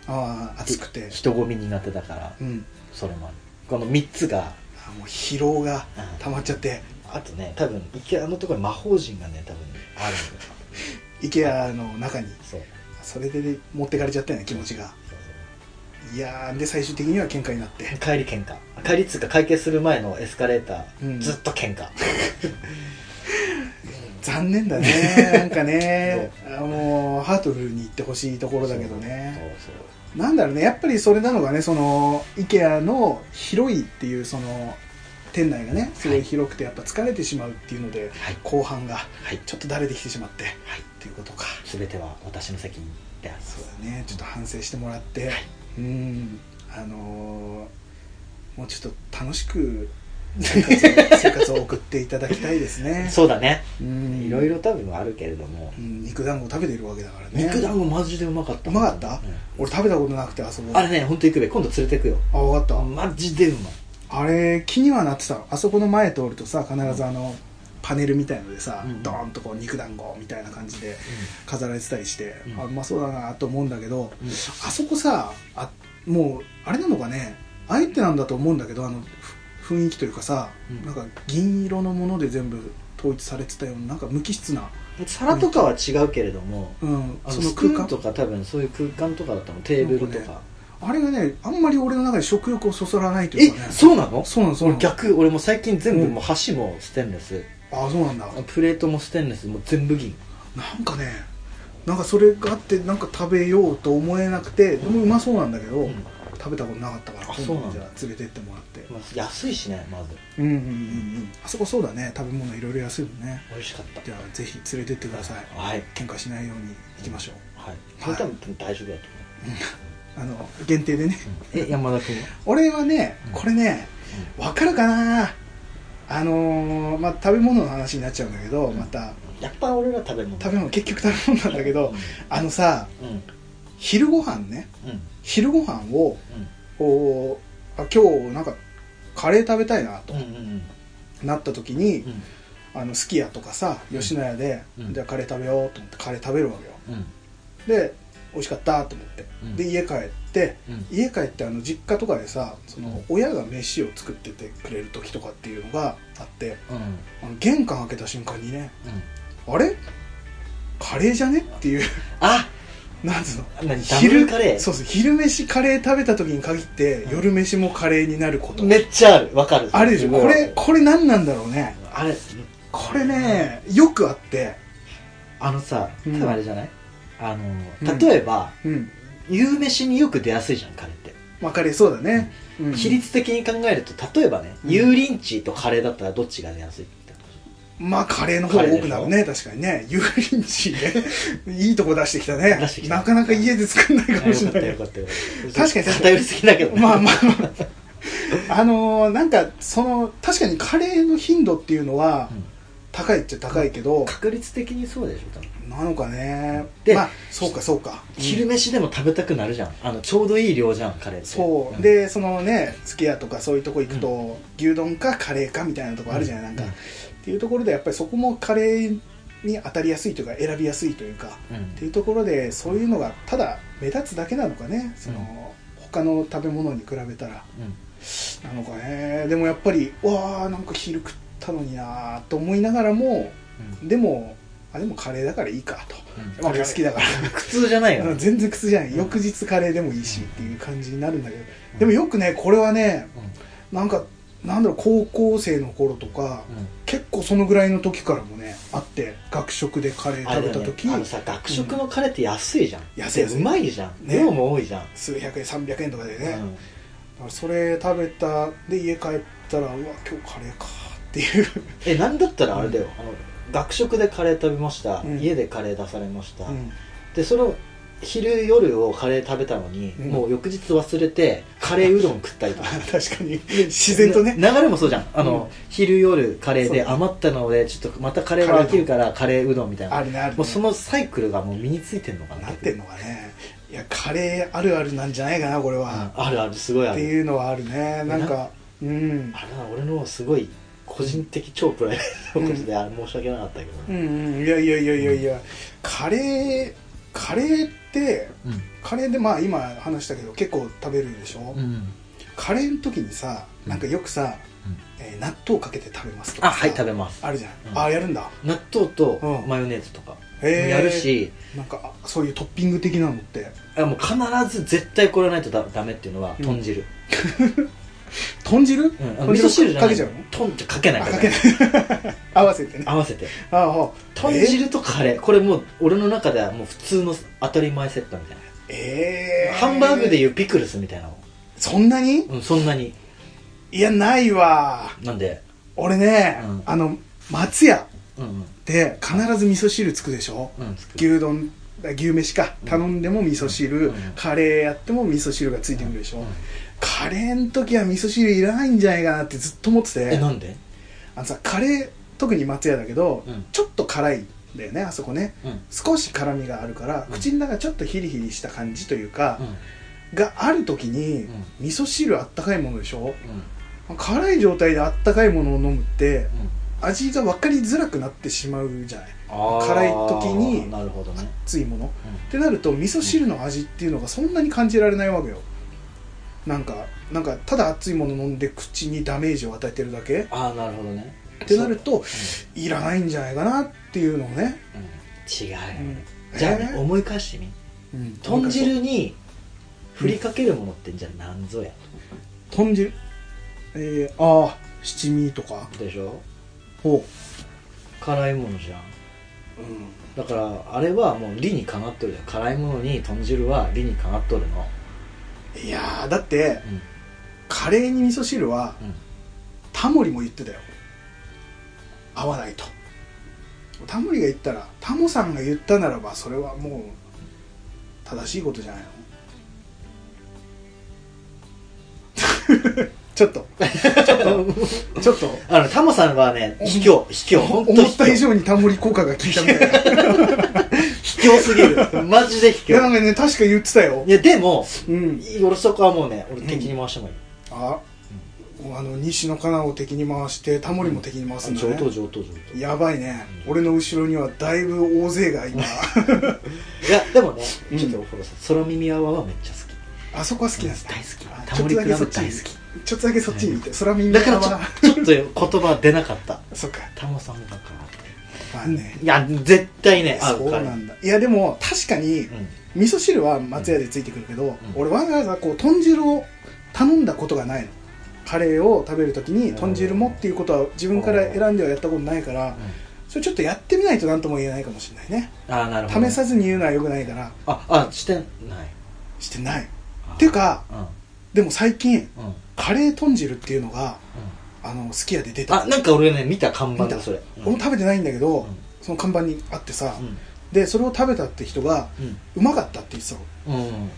[SPEAKER 1] ああ暑くて
[SPEAKER 2] 人混み苦手だから
[SPEAKER 1] うん
[SPEAKER 2] それもあるこの3つが
[SPEAKER 1] あもう疲労が溜まっちゃって
[SPEAKER 2] あとね多分池あのところに魔法陣がね多分あるんだよ
[SPEAKER 1] IKEA の中に
[SPEAKER 2] そう
[SPEAKER 1] それで持ってかれちゃったよね気持ちが
[SPEAKER 2] そう
[SPEAKER 1] いやーで最終的には喧嘩になって
[SPEAKER 2] そう帰り喧嘩帰りっつうか会計する前のエスカレーター、
[SPEAKER 1] うん
[SPEAKER 2] ずっと喧嘩
[SPEAKER 1] 残念だ ねなんかねあもうハートフルに行ってほしいところだけどね
[SPEAKER 2] そうそう
[SPEAKER 1] なんだろうねやっぱりそれなのがねその IKEA の広いっていうその店内がねすごい広くてやっぱ疲れてしまうっていうので、
[SPEAKER 2] はい
[SPEAKER 1] 後半が
[SPEAKER 2] はい
[SPEAKER 1] ちょっとだれてきてしまって、っていうことか
[SPEAKER 2] 全ては私の責任である
[SPEAKER 1] そうだねちょっと反省してもらって、うんあのーもうちょっと楽し く生活を生活を送っていただきたいですね
[SPEAKER 2] そうだね、
[SPEAKER 1] うん
[SPEAKER 2] いろいろ多分あるけれども
[SPEAKER 1] う、ん、肉団子食べているわけだからね
[SPEAKER 2] 肉団子マジでうまかった
[SPEAKER 1] うまかった
[SPEAKER 2] うん
[SPEAKER 1] 俺食べたことなくてあそこ
[SPEAKER 2] あれね本当行くべ今度連れてくよ
[SPEAKER 1] あ分かった、
[SPEAKER 2] マジでうまい
[SPEAKER 1] あれ気にはなってたのあそこの前通るとさ必ずあの、パネルみたいのでさ、
[SPEAKER 2] うん
[SPEAKER 1] ドーンとこう肉団子みたいな感じで飾られてたりして、
[SPEAKER 2] うん
[SPEAKER 1] あうまそうだなと思うんだけど
[SPEAKER 2] うん
[SPEAKER 1] あそこさあもうあれなのかねあえてなんだと思うんだけどあのふ雰囲気というかさ、
[SPEAKER 2] うん
[SPEAKER 1] なんか銀色のもので全部統一されてたようななんか無機質な、
[SPEAKER 2] 皿とかは違うけれども、
[SPEAKER 1] うん、
[SPEAKER 2] あ
[SPEAKER 1] そ
[SPEAKER 2] の
[SPEAKER 1] の
[SPEAKER 2] スプ
[SPEAKER 1] 空
[SPEAKER 2] ーンと
[SPEAKER 1] 間
[SPEAKER 2] か多分そういう空間とかだったのテーブルとか
[SPEAKER 1] あれがねあんまり俺の中で食欲をそそらないと
[SPEAKER 2] え
[SPEAKER 1] いうかね
[SPEAKER 2] そうなの
[SPEAKER 1] そうなのそうなの
[SPEAKER 2] 逆俺もう最近全部
[SPEAKER 1] うん
[SPEAKER 2] もう箸もステンレス
[SPEAKER 1] あそうなんだ
[SPEAKER 2] プレートもステンレスもう全部銀
[SPEAKER 1] なんかねなんかそれがあってなんか食べようと思えなくてでもうまそうなんだけど、
[SPEAKER 2] うん
[SPEAKER 1] 食べたことなかったから
[SPEAKER 2] あそうなんだ
[SPEAKER 1] じゃあ連れてってもらって
[SPEAKER 2] まあ安いしねまず
[SPEAKER 1] うんうんうんうんあそこそうだね食べ物いろいろ安いもんね
[SPEAKER 2] 美味しかった
[SPEAKER 1] じゃあぜひ連れてってください
[SPEAKER 2] はい
[SPEAKER 1] 喧嘩しないように行きましょう
[SPEAKER 2] はいこれ多分大丈夫だと
[SPEAKER 1] あの限定でね
[SPEAKER 2] 思うえ山田君は
[SPEAKER 1] 俺はね
[SPEAKER 2] うん
[SPEAKER 1] これねわかるかなあのーまあ食べ物の話になっちゃうんだけどまた
[SPEAKER 2] やっぱ俺ら食べ物
[SPEAKER 1] 食べ物結局食べ物なんだけどあのさ
[SPEAKER 2] うんうん
[SPEAKER 1] 昼ご飯ね
[SPEAKER 2] うん
[SPEAKER 1] 昼ご飯をこうあ今日なんかカレー食べたいなと
[SPEAKER 2] うんうんうん
[SPEAKER 1] なった時に
[SPEAKER 2] うん
[SPEAKER 1] あのすき家とかさ吉野家で、
[SPEAKER 2] うん
[SPEAKER 1] じゃあカレー食べようと思ってカレー食べるわけよ
[SPEAKER 2] うん
[SPEAKER 1] で美味しかったと思って、
[SPEAKER 2] うん
[SPEAKER 1] で家帰って
[SPEAKER 2] うん
[SPEAKER 1] 家帰ってあの実家とかでさその親が飯を作っててくれる時とかっていうのがあって
[SPEAKER 2] うん
[SPEAKER 1] あの玄関開けた瞬間にね
[SPEAKER 2] うん
[SPEAKER 1] あれカレーじゃねっていう
[SPEAKER 2] あ
[SPEAKER 1] なんつうの
[SPEAKER 2] 何ダブルカレー
[SPEAKER 1] そうそう昼飯カレー食べた時に限って、
[SPEAKER 2] うん
[SPEAKER 1] 夜飯もカレーになること
[SPEAKER 2] めっちゃあるわかる
[SPEAKER 1] あるでしょ
[SPEAKER 2] すごい
[SPEAKER 1] これこれ何なんだろうね
[SPEAKER 2] あれ
[SPEAKER 1] これねよくあって
[SPEAKER 2] あのさ多
[SPEAKER 1] うん
[SPEAKER 2] 分あれじゃない、あ
[SPEAKER 1] う
[SPEAKER 2] の
[SPEAKER 1] ん
[SPEAKER 2] 例えば、
[SPEAKER 1] うん
[SPEAKER 2] 夕飯によく出やすいじゃんカレーって、
[SPEAKER 1] まあカレーそうだね、うん
[SPEAKER 2] 比率的に考えると例えばね、
[SPEAKER 1] うん
[SPEAKER 2] 油淋鶏とカレーだったらどっちが出やすいって
[SPEAKER 1] まあカレーの方が多くなるね確かにね油淋鶏ね いいとこ出してきたね
[SPEAKER 2] 出してきた
[SPEAKER 1] なかなか家で作んないかも
[SPEAKER 2] よ
[SPEAKER 1] し
[SPEAKER 2] か
[SPEAKER 1] れな
[SPEAKER 2] った
[SPEAKER 1] い
[SPEAKER 2] よかったよ
[SPEAKER 1] 確かに確かに
[SPEAKER 2] 偏りすぎだけどね
[SPEAKER 1] まあまあ まああのーなんかその確かにカレーの頻度っていうのは
[SPEAKER 2] うん
[SPEAKER 1] 高いっちゃ高いけど、
[SPEAKER 2] 確率的にそうでしょ多分
[SPEAKER 1] なのかね
[SPEAKER 2] で
[SPEAKER 1] まあそうかそうか
[SPEAKER 2] 昼飯でも食べたくなるじゃんあのちょうどいい量じゃんカレーって
[SPEAKER 1] そう、
[SPEAKER 2] ん
[SPEAKER 1] でそのねすき家とかそういうとこ行くと、牛丼かカレーかみたいなとこあるじゃない、なんか、
[SPEAKER 2] うん
[SPEAKER 1] っていうところでやっぱりそこもカレーに当たりやすいというか選びやすいというか
[SPEAKER 2] うん
[SPEAKER 1] っていうところでそういうのがただ目立つだけなのかねその、他の食べ物に比べたら
[SPEAKER 2] うん
[SPEAKER 1] なのかねでもやっぱりわあなんか昼食ったのになーと思いながらもでもあでもカレーだからいいかと
[SPEAKER 2] うん
[SPEAKER 1] カレー好きだから
[SPEAKER 2] 苦痛じゃないよね
[SPEAKER 1] 全然苦痛じゃない翌日カレーでもいいしっていう感じになるんだけどでもよくねこれはねなんかなんだろう高校生の頃とか
[SPEAKER 2] うんうん
[SPEAKER 1] 結構そのぐらいの時からもねあって学食でカレー
[SPEAKER 2] あ
[SPEAKER 1] 食
[SPEAKER 2] れ
[SPEAKER 1] べ
[SPEAKER 2] だ
[SPEAKER 1] た
[SPEAKER 2] よね
[SPEAKER 1] 時、
[SPEAKER 2] あのさ学食のカレーって安いじゃん
[SPEAKER 1] 安い安いう
[SPEAKER 2] まいじゃん
[SPEAKER 1] ね
[SPEAKER 2] 量も多いじゃん
[SPEAKER 1] 数百円300円とかでね、だ
[SPEAKER 2] う
[SPEAKER 1] か
[SPEAKER 2] ん
[SPEAKER 1] らそれ食べたで家帰ったらうわ今日カレーかっていう
[SPEAKER 2] えなんだったらあれだよあの学食でカレー食べました
[SPEAKER 1] うん
[SPEAKER 2] 家でカレー出されました
[SPEAKER 1] うん
[SPEAKER 2] でその昼夜をカレー食べたのに
[SPEAKER 1] うん
[SPEAKER 2] もう翌日忘れてカレーうどん食ったりと
[SPEAKER 1] あ
[SPEAKER 2] か
[SPEAKER 1] 確かに 自然とね
[SPEAKER 2] な流れもそうじゃんあの、
[SPEAKER 1] うん
[SPEAKER 2] 昼夜カレーで
[SPEAKER 1] そう
[SPEAKER 2] 余ったのでちょっとまたカレーができるからカレーうどんみたいな
[SPEAKER 1] あるねあるね
[SPEAKER 2] もうそのサイクルがもう身についてんのかな
[SPEAKER 1] なってんのがねいやカレーあるあるなんじゃないかなこれ
[SPEAKER 2] うん
[SPEAKER 1] は、
[SPEAKER 2] あるあるすごいあ
[SPEAKER 1] って
[SPEAKER 2] る
[SPEAKER 1] いうのはあるねなんかうん
[SPEAKER 2] あれは俺のすごい個人的超プライベートのことで、あれ申し訳なかったけど
[SPEAKER 1] う
[SPEAKER 2] ね
[SPEAKER 1] んうんいやいやいやいやいや、カレーカレーってカレーでまあ今話したけど結構食べるでしょ、
[SPEAKER 2] うん、うん
[SPEAKER 1] カレーの時にさなんかよくさ、えー納豆かけて食べますとか
[SPEAKER 2] あ
[SPEAKER 1] さ
[SPEAKER 2] はい食べます
[SPEAKER 1] あるじゃん、
[SPEAKER 2] うん
[SPEAKER 1] ああやるんだ
[SPEAKER 2] 納豆と
[SPEAKER 1] うん
[SPEAKER 2] マヨネーズとか
[SPEAKER 1] へー
[SPEAKER 2] やるし、
[SPEAKER 1] なんかあそういうトッピング的なのって
[SPEAKER 2] あもう必ず絶対これないとダダメっていうのは
[SPEAKER 1] うん
[SPEAKER 2] 豚汁、
[SPEAKER 1] 豚汁、
[SPEAKER 2] うんあ
[SPEAKER 1] 豚
[SPEAKER 2] の
[SPEAKER 1] 汁
[SPEAKER 2] 味噌汁じゃ
[SPEAKER 1] か
[SPEAKER 2] な
[SPEAKER 1] け
[SPEAKER 2] い
[SPEAKER 1] ちゃうの
[SPEAKER 2] 豚ってかけない
[SPEAKER 1] あ
[SPEAKER 2] か
[SPEAKER 1] からけない 合わせてね
[SPEAKER 2] 合わせて
[SPEAKER 1] ああ
[SPEAKER 2] 豚汁とカレーこれもう俺の中ではもう普通の当たり前セットみたいな、
[SPEAKER 1] ええ
[SPEAKER 2] ハンバーグで
[SPEAKER 1] う
[SPEAKER 2] いうピクルスみたいなの、
[SPEAKER 1] そんなに
[SPEAKER 2] うん、そんなに
[SPEAKER 1] いやないわ
[SPEAKER 2] なんで
[SPEAKER 1] 俺ね、
[SPEAKER 2] うん
[SPEAKER 1] あの松屋
[SPEAKER 2] うん
[SPEAKER 1] で必ず味噌汁つくでしょ
[SPEAKER 2] うんうん
[SPEAKER 1] 牛丼あ牛飯か
[SPEAKER 2] うん
[SPEAKER 1] 頼んでも味噌汁、
[SPEAKER 2] うん
[SPEAKER 1] カレーやっても味噌汁がついてくるでしょ、
[SPEAKER 2] うん
[SPEAKER 1] カレーの時は味噌汁いらないんじゃないかなってずっと思ってて
[SPEAKER 2] えなんで
[SPEAKER 1] あのさカレー特に松屋だけど、
[SPEAKER 2] うん
[SPEAKER 1] ちょっと辛いんだよねあそこね
[SPEAKER 2] うん
[SPEAKER 1] 少し辛みがあるから、
[SPEAKER 2] うん
[SPEAKER 1] 口の中ちょっとヒリヒリした感じというか
[SPEAKER 2] う、ん
[SPEAKER 1] がある時に、
[SPEAKER 2] うん
[SPEAKER 1] 味噌汁あったかいものでしょ辛い状態であったかいものを飲むって味が分かりづらくなってしまうじゃない
[SPEAKER 2] あー
[SPEAKER 1] 辛い時に
[SPEAKER 2] なるほどね
[SPEAKER 1] 熱いもの、っ
[SPEAKER 2] うん
[SPEAKER 1] てなると味噌汁の味っていうのがそんなに感じられないわけよなんかなんかただ熱いもの飲んで口にダメージを与えてるだけ
[SPEAKER 2] ああなるほどね
[SPEAKER 1] ってなると
[SPEAKER 2] そう
[SPEAKER 1] いらないんじゃないかなっていうのをね、
[SPEAKER 2] うんうん違うよね
[SPEAKER 1] うん
[SPEAKER 2] じゃあ
[SPEAKER 1] え
[SPEAKER 2] ね
[SPEAKER 1] ー
[SPEAKER 2] 思い返してみ
[SPEAKER 1] うん
[SPEAKER 2] 豚汁に振りかけるものってじゃあ何ぞや
[SPEAKER 1] 豚汁えー、ああ七味とか
[SPEAKER 2] でしょ
[SPEAKER 1] ほ
[SPEAKER 2] 辛いものじゃ
[SPEAKER 1] う、
[SPEAKER 2] ん
[SPEAKER 1] うん、
[SPEAKER 2] だからあれはもう理にかなっとるじゃん辛いものに豚汁は理にかなっとるの
[SPEAKER 1] いやーだって
[SPEAKER 2] うん
[SPEAKER 1] カレーに味噌汁は
[SPEAKER 2] うん
[SPEAKER 1] タモリも言ってたよ合わないとタモリが言ったらタモさんが言ったならばそれはもう正しいことじゃないの ちょっとちょっとちょっと
[SPEAKER 2] あのタモさんはね卑怯卑怯本当
[SPEAKER 1] 思っ
[SPEAKER 2] 卑
[SPEAKER 1] た以
[SPEAKER 2] 怯
[SPEAKER 1] 上にタモリ効果が効いたみたいない
[SPEAKER 2] 卑怯すぎ るマジで卑
[SPEAKER 1] やな
[SPEAKER 2] 怯
[SPEAKER 1] んかね確か言ってたよ
[SPEAKER 2] いやでも
[SPEAKER 1] うん
[SPEAKER 2] 俺そこはもうね俺敵に回してもいい
[SPEAKER 1] あ、あの西野カナを敵に回してタモリも敵に回すんだ
[SPEAKER 2] 上等
[SPEAKER 1] ね
[SPEAKER 2] 上等上等いや
[SPEAKER 1] やばいね俺の後ろにはだいぶ大勢が 今
[SPEAKER 2] でもね
[SPEAKER 1] うん
[SPEAKER 2] ちょっとお風呂さ空耳泡はめっちゃ好き
[SPEAKER 1] あそこは好きなんだ
[SPEAKER 2] 大
[SPEAKER 1] あ
[SPEAKER 2] 好き
[SPEAKER 1] ち
[SPEAKER 2] タ
[SPEAKER 1] ょ
[SPEAKER 2] モ
[SPEAKER 1] っ
[SPEAKER 2] リ
[SPEAKER 1] とだ
[SPEAKER 2] ク
[SPEAKER 1] け
[SPEAKER 2] ラ
[SPEAKER 1] そ
[SPEAKER 2] ブ
[SPEAKER 1] っちに
[SPEAKER 2] 大好き
[SPEAKER 1] ちょっとだけそっちにいて空耳
[SPEAKER 2] だか
[SPEAKER 1] 側
[SPEAKER 2] らち
[SPEAKER 1] は
[SPEAKER 2] ょちょっと言葉出なかった
[SPEAKER 1] そっか
[SPEAKER 2] タモさんだから
[SPEAKER 1] まあね
[SPEAKER 2] いや絶対ね合
[SPEAKER 1] そうう
[SPEAKER 2] から
[SPEAKER 1] なんだいやでも確かに
[SPEAKER 2] うん
[SPEAKER 1] 味噌汁は松屋でついてくるけど、俺わざわざこう豚汁を頼んだことがないのカレーを食べるときに豚汁もっていうことは自分から選んではやったことないからそれちょっとやってみないと何とも言えないかもしれないね
[SPEAKER 2] ああなるほどね
[SPEAKER 1] 試さずに言うのはよくないから
[SPEAKER 2] ああしてない
[SPEAKER 1] してないって
[SPEAKER 2] て
[SPEAKER 1] いうか
[SPEAKER 2] う
[SPEAKER 1] でも最近
[SPEAKER 2] んうんうん
[SPEAKER 1] カレー豚汁っていうのがあのすき家で出た
[SPEAKER 2] あなんか俺ね見た看板
[SPEAKER 1] 見た
[SPEAKER 2] だそれ
[SPEAKER 1] 俺も食べてないんだけど、
[SPEAKER 2] うん
[SPEAKER 1] その看板にあってさ、
[SPEAKER 2] うん
[SPEAKER 1] でそれを食べたって人が
[SPEAKER 2] う
[SPEAKER 1] う
[SPEAKER 2] ん
[SPEAKER 1] まかったって言ってたの
[SPEAKER 2] うんうん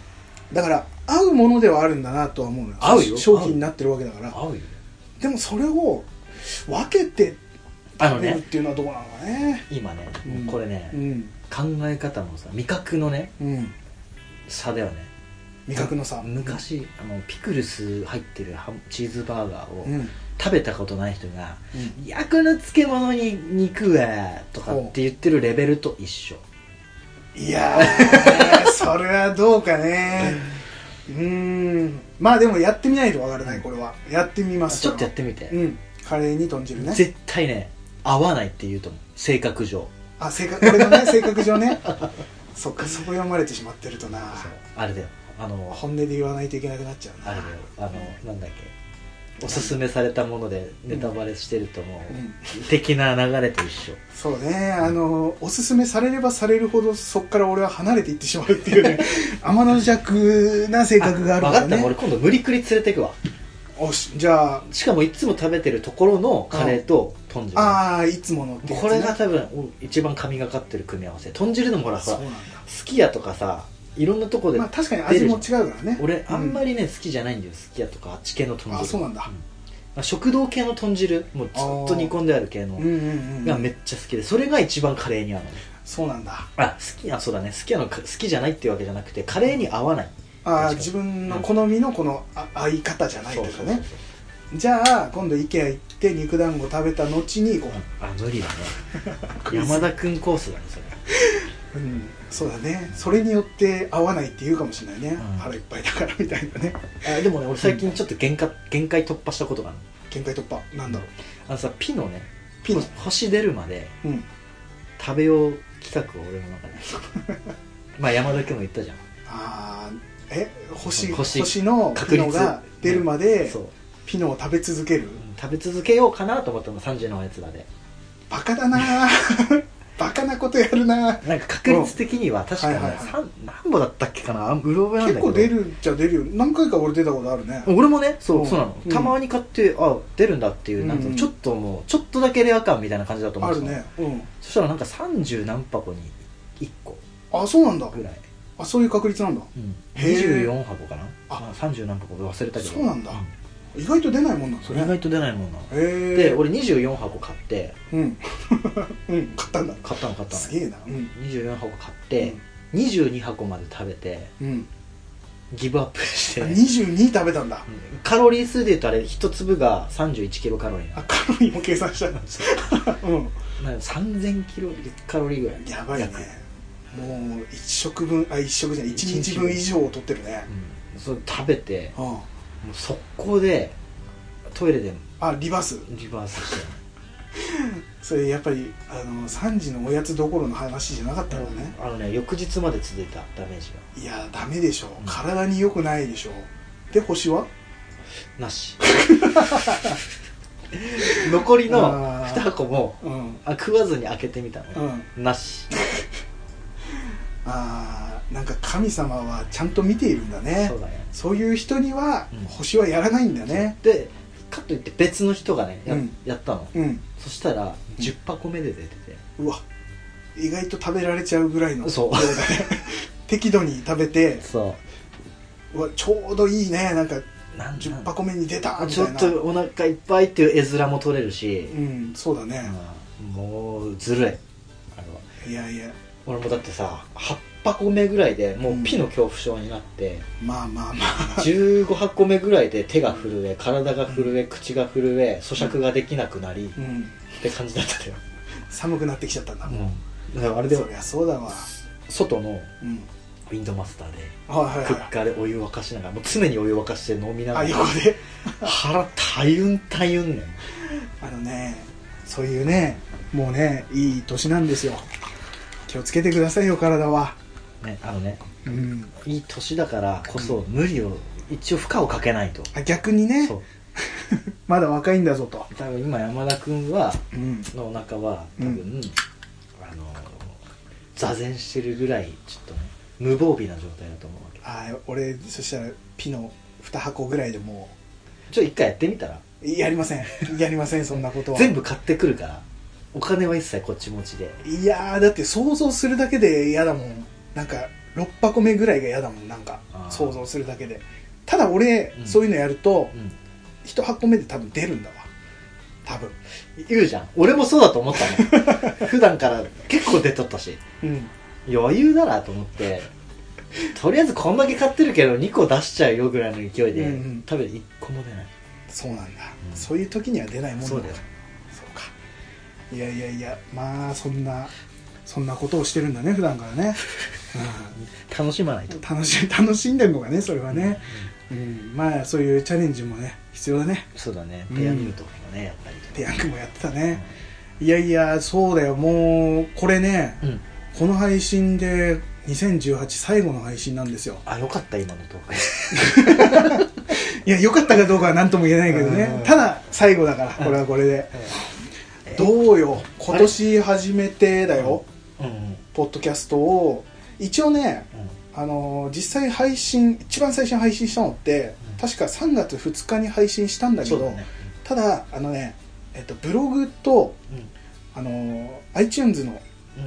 [SPEAKER 1] だから合うものではあるんだなとは思うのよ
[SPEAKER 2] 合うよ
[SPEAKER 1] 商品になってるわけだから
[SPEAKER 2] 合うよ
[SPEAKER 1] でもそれを分けて
[SPEAKER 2] あの
[SPEAKER 1] 食べるっ
[SPEAKER 2] ね
[SPEAKER 1] ていうのはどうなのかね
[SPEAKER 2] 今ね
[SPEAKER 1] うん
[SPEAKER 2] もうこれね
[SPEAKER 1] うん
[SPEAKER 2] 考え方のさ味覚のね
[SPEAKER 1] うん
[SPEAKER 2] 差ではね
[SPEAKER 1] 味覚のさ
[SPEAKER 2] 昔あのピクルス入ってるハムチーズバーガーを
[SPEAKER 1] うんうん
[SPEAKER 2] 食べたことない人が「焼くの漬物に肉は」とかって言ってるレベルと一緒
[SPEAKER 1] いやーそれはどうかねうーんまあでもやってみないとわからないこれはやってみます
[SPEAKER 2] ちょっとやっててみて、
[SPEAKER 1] うんカレーに豚汁ね
[SPEAKER 2] 絶対ね合わないって言うと思う性格上
[SPEAKER 1] あ性格俺のね 性格上ねそっかそこ読まれてしまってるとな
[SPEAKER 2] あれだよあの
[SPEAKER 1] 本音で言わないといけなくなっちゃう
[SPEAKER 2] あ
[SPEAKER 1] な
[SPEAKER 2] れだよあのなんだっけおすすめされたものでネタバレしてるとも
[SPEAKER 1] うん
[SPEAKER 2] う的な流れと一緒
[SPEAKER 1] そうねあのおすすめされればされるほどそっから俺は離れていってしまうっていうね 天の弱な性格があるから
[SPEAKER 2] 分かった
[SPEAKER 1] ね
[SPEAKER 2] 俺今度無理くり連れてくわ
[SPEAKER 1] おしじゃあ
[SPEAKER 2] しかもいつも食べてるところのカレーと豚汁
[SPEAKER 1] ああいつものってやつ
[SPEAKER 2] こ
[SPEAKER 1] ね
[SPEAKER 2] れが多分一番神がかってる組み合わせ豚汁でもほらほ
[SPEAKER 1] そうな
[SPEAKER 2] ら好
[SPEAKER 1] んだ
[SPEAKER 2] き家とかさいろんなとこで、
[SPEAKER 1] まあ確かに味も違うからね
[SPEAKER 2] 俺あんま
[SPEAKER 1] り
[SPEAKER 2] りね、好きじゃないんだよ好き家とかあっち系の豚汁
[SPEAKER 1] あそうなんだ
[SPEAKER 2] まあ、食堂系の豚汁もうずっと煮込んである系の
[SPEAKER 1] うんうんう
[SPEAKER 2] が
[SPEAKER 1] ん
[SPEAKER 2] めっちゃ好きでそれが一番カレーに合うのね
[SPEAKER 1] そうなんだ
[SPEAKER 2] あ好きあそうだね好きなのか好きじゃないっていうわけじゃなくてカレーに合わない
[SPEAKER 1] あ
[SPEAKER 2] 確か
[SPEAKER 1] あ
[SPEAKER 2] に
[SPEAKER 1] 自分の好みのこのあ合い方じゃないと
[SPEAKER 2] そう
[SPEAKER 1] かね
[SPEAKER 2] そうそうそう
[SPEAKER 1] じゃあ今度 IKEA 行って肉団子食べた後にご飯
[SPEAKER 2] あ 無理だね山田君コースだねそれ
[SPEAKER 1] うんそうだねそれによって合わないって言うかもしれないね、
[SPEAKER 2] うん
[SPEAKER 1] 腹いっぱいだからみたいな ね
[SPEAKER 2] あでもね俺最近ちょっと限界限界突破したことがあるの
[SPEAKER 1] 限界突破なんだろう
[SPEAKER 2] あのさピノね
[SPEAKER 1] ピノ
[SPEAKER 2] 星出るまで
[SPEAKER 1] うん
[SPEAKER 2] 食べよう企画を俺の 中でまあ山田君も言ったじゃん
[SPEAKER 1] ああえ星
[SPEAKER 2] 星
[SPEAKER 1] 星の
[SPEAKER 2] 確
[SPEAKER 1] ピノ
[SPEAKER 2] 率
[SPEAKER 1] が出るまで
[SPEAKER 2] そう
[SPEAKER 1] ピノを食べ続ける
[SPEAKER 2] うん食べ続けようかなと思ったの3時のおやつだで
[SPEAKER 1] バカだな ーバカなことやるなー
[SPEAKER 2] なんか確率的には確かに
[SPEAKER 1] はいはいはい
[SPEAKER 2] 三何歩だったっけかなあうろ覚えなん
[SPEAKER 1] 結
[SPEAKER 2] だけど
[SPEAKER 1] 構出るっちゃ出るよ何回か俺出たことあるね
[SPEAKER 2] 俺もねそううんそうなの、
[SPEAKER 1] うん
[SPEAKER 2] たまに買ってあ出るんだっていうなんか
[SPEAKER 1] うん
[SPEAKER 2] ちょっともうちょっとだけレア感みたいな感じだと思
[SPEAKER 1] あ
[SPEAKER 2] って
[SPEAKER 1] る
[SPEAKER 2] たの
[SPEAKER 1] ねうん
[SPEAKER 2] そしたらなんか30何箱に1個
[SPEAKER 1] あそうなんだ
[SPEAKER 2] ぐらい、
[SPEAKER 1] あそういう確率なんだ
[SPEAKER 2] うん、
[SPEAKER 1] へー
[SPEAKER 2] 24箱かな
[SPEAKER 1] あ
[SPEAKER 2] まあ30何箱忘れたけど
[SPEAKER 1] そうなんだ意外と出ないもんなんです
[SPEAKER 2] それ意
[SPEAKER 1] ね
[SPEAKER 2] 外と出ないもんなの
[SPEAKER 1] へえ
[SPEAKER 2] で俺24箱買って
[SPEAKER 1] うん うん買ったんだ
[SPEAKER 2] 買ったの買ったの
[SPEAKER 1] すげえなうん
[SPEAKER 2] 24箱買って、22箱まで食べて
[SPEAKER 1] うん
[SPEAKER 2] ギブアップして、
[SPEAKER 1] 22食べたんだ
[SPEAKER 2] うんカロリー数で言うとあれ1粒が3 1キロカロリーな
[SPEAKER 1] あ
[SPEAKER 2] の
[SPEAKER 1] カロリーも計算したんだ う
[SPEAKER 2] なんか3000キロカロリーぐらい
[SPEAKER 1] んやばいね
[SPEAKER 2] 約
[SPEAKER 1] もう1食分あ1食じゃない1日分以上を取ってるね
[SPEAKER 2] うんそれ食べて
[SPEAKER 1] うん
[SPEAKER 2] もう速攻でトイレで
[SPEAKER 1] あリバース
[SPEAKER 2] リバースして
[SPEAKER 1] それやっぱりあの3時のおやつどころの話じゃなかったんだね
[SPEAKER 2] あのね翌日まで続いたダメージ
[SPEAKER 1] いやダメでしょ
[SPEAKER 2] うん
[SPEAKER 1] 体に良くないでしょで星は
[SPEAKER 2] が なし残りの
[SPEAKER 1] あー
[SPEAKER 2] 2箱も
[SPEAKER 1] うん
[SPEAKER 2] あ食わずに開けてみた
[SPEAKER 1] う
[SPEAKER 2] の、
[SPEAKER 1] ん
[SPEAKER 2] なし
[SPEAKER 1] あーなんか神様はちゃんと見ているんだね
[SPEAKER 2] そうだね
[SPEAKER 1] そういう人には
[SPEAKER 2] うん
[SPEAKER 1] 星はやらないんだね
[SPEAKER 2] でかといって別の人がねや,、
[SPEAKER 1] うん
[SPEAKER 2] やったの
[SPEAKER 1] うん
[SPEAKER 2] そしたら10箱目で出てて、
[SPEAKER 1] うわ意外と食べられちゃうぐらいの
[SPEAKER 2] そう
[SPEAKER 1] 量だね 適度に食べて
[SPEAKER 2] そう
[SPEAKER 1] うわちょうどいいねなんか
[SPEAKER 2] なんなん
[SPEAKER 1] 10箱目に出たみ
[SPEAKER 2] ち
[SPEAKER 1] た
[SPEAKER 2] ょ
[SPEAKER 1] い
[SPEAKER 2] っ
[SPEAKER 1] な
[SPEAKER 2] とお腹いっぱいっていう絵面も取れるし、
[SPEAKER 1] うんそうだね、
[SPEAKER 2] うんもうずるいあれはい
[SPEAKER 1] やいや
[SPEAKER 2] 俺もだってさ8箱目ぐらいでもうピの恐怖症になって、
[SPEAKER 1] まあまあまあ
[SPEAKER 2] 15箱目ぐらいで手が震え体が震え口が震え咀嚼ができなくなり、っ
[SPEAKER 1] うん
[SPEAKER 2] て感じだったよ、
[SPEAKER 1] 寒くなってきちゃったんだもん、
[SPEAKER 2] だからあれで
[SPEAKER 1] そりゃそうだわ
[SPEAKER 2] 外の
[SPEAKER 1] うん
[SPEAKER 2] ウィンドマスターで
[SPEAKER 1] はいはい
[SPEAKER 2] クッ
[SPEAKER 1] は
[SPEAKER 2] カーでお湯沸かしながらもう常にお湯沸かして飲みない
[SPEAKER 1] あ
[SPEAKER 2] がら
[SPEAKER 1] 横で
[SPEAKER 2] 腹たゆんたゆんねん
[SPEAKER 1] あのねそういうねもうねいい年なんですよ気をつけてくださいよ体は
[SPEAKER 2] ねあのね
[SPEAKER 1] うん
[SPEAKER 2] いい年だからこそ無理を一応負荷をかけないと
[SPEAKER 1] あ逆にね
[SPEAKER 2] そう
[SPEAKER 1] まだ若いんだぞと
[SPEAKER 2] 多分今山田君は
[SPEAKER 1] うん
[SPEAKER 2] のお腹は多分、
[SPEAKER 1] う
[SPEAKER 2] あの座禅してるぐらいちょっとね無防備な状態だと思うわけ
[SPEAKER 1] あー俺そしたらピノ2箱ぐらいでも
[SPEAKER 2] ちょっと一回やってみたら
[SPEAKER 1] うやりません やりませんそんなことは
[SPEAKER 2] 全部買ってくるからお金は一切こっち持ちで
[SPEAKER 1] いやーだって想像するだけで嫌だもんなんか6箱目ぐらいが嫌だもんなんか
[SPEAKER 2] あー
[SPEAKER 1] 想像するだけでただ俺、
[SPEAKER 2] うん
[SPEAKER 1] そういうのやると
[SPEAKER 2] うん
[SPEAKER 1] 1箱目で多分出るんだわ多分
[SPEAKER 2] 言うじゃん俺もそうだと思った の普段から結構出とったし
[SPEAKER 1] うん
[SPEAKER 2] 余裕だなと思ってとりあえずこんだけ買ってるけど2個出しちゃうよぐらいの勢い
[SPEAKER 1] う
[SPEAKER 2] で、
[SPEAKER 1] んうん
[SPEAKER 2] 多分1個も出ない
[SPEAKER 1] そうなんだ、
[SPEAKER 2] うん
[SPEAKER 1] そういう時には出ないもん
[SPEAKER 2] そうだよ
[SPEAKER 1] そうか いやいやいやまあそんなそんなことをしてるんだね普段からね
[SPEAKER 2] 楽しまないと、
[SPEAKER 1] 楽し 楽しんでるのがねそれはね、うん、まあそういうチャレンジもね必要だね
[SPEAKER 2] そうだね
[SPEAKER 1] うん
[SPEAKER 2] ペア見るときもねやっぱり
[SPEAKER 1] ペヤングもやってたね、いやいやそうだよもうこれね、
[SPEAKER 2] うん、うん
[SPEAKER 1] この配信で2018最後の配信なんですよ
[SPEAKER 2] あよかった今の動画
[SPEAKER 1] いや良かったかどうかは何とも言えないけどね
[SPEAKER 2] うん
[SPEAKER 1] ただ最後だからこれはこれで
[SPEAKER 2] え
[SPEAKER 1] どうよ今年初めてだよ
[SPEAKER 2] うんうんうん
[SPEAKER 1] ポッドキャストを一応ねあのー実際配信一番最初に配信したのって、
[SPEAKER 2] うん
[SPEAKER 1] 確か3月2日に配信したんだけ
[SPEAKER 2] そ
[SPEAKER 1] ど
[SPEAKER 2] うだね
[SPEAKER 1] ただあのね、えっと、ブログと、
[SPEAKER 2] う
[SPEAKER 1] あのー iTunes の
[SPEAKER 2] ん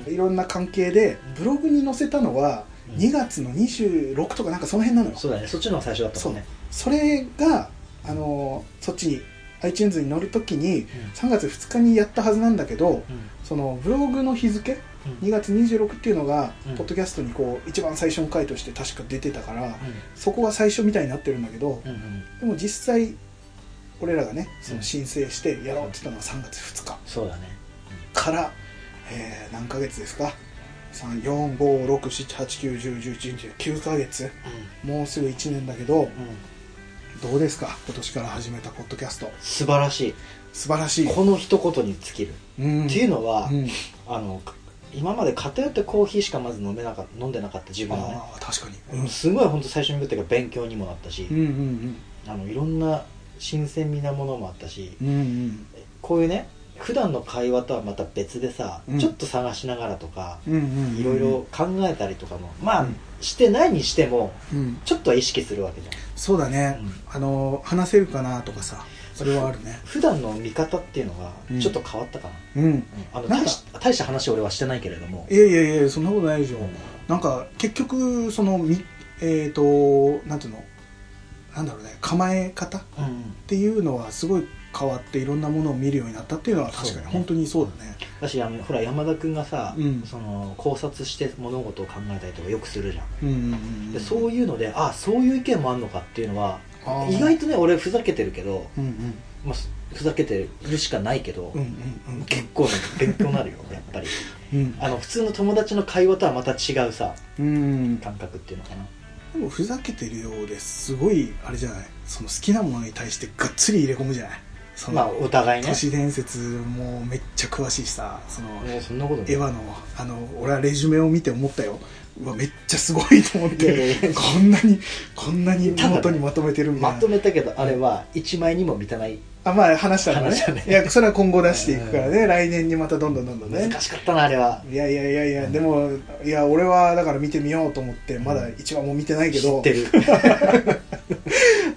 [SPEAKER 2] うん
[SPEAKER 1] いろんな関係でブログに載せたのは
[SPEAKER 2] うん
[SPEAKER 1] 2月の26とかなんかその辺なのよ、
[SPEAKER 2] そうだねそっちの方が最初だったもんね
[SPEAKER 1] それが、あのーそっちに iTunes に載るときに
[SPEAKER 2] うん
[SPEAKER 1] 3月2日にやったはずなんだけど
[SPEAKER 2] うん
[SPEAKER 1] そのブログの日付
[SPEAKER 2] うん
[SPEAKER 1] 2月26っていうのが、
[SPEAKER 2] うん
[SPEAKER 1] ポッドキャストにこう一番最初の回として確か出てたから、
[SPEAKER 2] うん
[SPEAKER 1] そこが最初みたいになってるんだけど、
[SPEAKER 2] うんうん
[SPEAKER 1] でも実際俺らがねその申請してやろうって言ったのが3月2日
[SPEAKER 2] そうだね
[SPEAKER 1] から、えー何ヶ月ですか3456789101119ヶ月もうすぐ1年だけど
[SPEAKER 2] うんうん
[SPEAKER 1] どうですか今年から始めたポッドキャスト
[SPEAKER 2] 素晴らし
[SPEAKER 1] 素晴らし
[SPEAKER 2] い
[SPEAKER 1] い、
[SPEAKER 2] この一言に尽きる
[SPEAKER 1] うん
[SPEAKER 2] っていうのは
[SPEAKER 1] うん
[SPEAKER 2] あの今まで偏ってコーヒーしかまず飲めなかった飲んでなかった自分はね
[SPEAKER 1] ああ確かに、うん、
[SPEAKER 2] すごい本当最初に言ったけど勉強にもなったし、
[SPEAKER 1] うんうん
[SPEAKER 2] あのいろんな新鮮味なものもあったし
[SPEAKER 1] うんうん
[SPEAKER 2] こういうね普段の会話とはまた別でさ、
[SPEAKER 1] うん
[SPEAKER 2] ちょっと探しながらとか
[SPEAKER 1] うんうんうん
[SPEAKER 2] いろいろ考えたりとかも、まあ、
[SPEAKER 1] うん
[SPEAKER 2] してないにしても
[SPEAKER 1] うん
[SPEAKER 2] ちょっとは意識するわけじゃん
[SPEAKER 1] そうだね、
[SPEAKER 2] うん
[SPEAKER 1] あの話せるかなとかさそれはあるね
[SPEAKER 2] 普段の見方っていうのが
[SPEAKER 1] うん
[SPEAKER 2] ちょっと変わったかな、
[SPEAKER 1] うん
[SPEAKER 2] うんあの
[SPEAKER 1] なんか
[SPEAKER 2] 大し大した話俺はしてないけれども
[SPEAKER 1] いやいやいやそんなことないでしょ、
[SPEAKER 2] うん
[SPEAKER 1] なんか結局そのみえっ、となんていうのなんだろうね構え方っ
[SPEAKER 2] うん
[SPEAKER 1] ていうのはすごい変わっていろんなものを見るようになったっていうのは確
[SPEAKER 2] そ
[SPEAKER 1] か
[SPEAKER 2] う
[SPEAKER 1] に
[SPEAKER 2] ね
[SPEAKER 1] 本当にそうだね
[SPEAKER 2] だしあのほら山田君がさ、
[SPEAKER 1] うん
[SPEAKER 2] その考察して物事を考えたりとかよくするじゃん、
[SPEAKER 1] うんうんうん
[SPEAKER 2] でそう
[SPEAKER 1] い
[SPEAKER 2] いうのであそういう意見もあるのかっていうのは
[SPEAKER 1] あー
[SPEAKER 2] 意外とね俺ふざけてるけど、
[SPEAKER 1] うんうん
[SPEAKER 2] まあ、ふざけてるしかないけど、
[SPEAKER 1] うんうんうん
[SPEAKER 2] 結構ね勉強になるよ やっぱり
[SPEAKER 1] うん
[SPEAKER 2] あの普通の友達の会話とはまた違うさ
[SPEAKER 1] うんで
[SPEAKER 2] 感覚っていうのかな
[SPEAKER 1] もふざけてるようですごいあれじゃないその好きなものに対してがっつり入れ込むじゃないその、
[SPEAKER 2] まあお互いね
[SPEAKER 1] 都市伝説もめっちゃ詳しいしさその、
[SPEAKER 2] もうそんなことない
[SPEAKER 1] エヴァのあの俺はレジュメを見て思ったようわめっちゃすごいと思っ
[SPEAKER 2] いやいや
[SPEAKER 1] て
[SPEAKER 2] いや
[SPEAKER 1] こんなにこんなに手
[SPEAKER 2] ただね
[SPEAKER 1] 元にまとめてるみたい
[SPEAKER 2] ま
[SPEAKER 1] な
[SPEAKER 2] とめたけどあれは1枚にも満たない
[SPEAKER 1] あまあ話したのね
[SPEAKER 2] 話したね
[SPEAKER 1] いやそれは今後出していくからね来年にまたどんどんどんどんね
[SPEAKER 2] 難しかったなあれはい
[SPEAKER 1] やいやいやいやでもいや俺はだから見てみようと思ってまだ一話も見てないけ
[SPEAKER 2] 知
[SPEAKER 1] ど
[SPEAKER 2] ってるい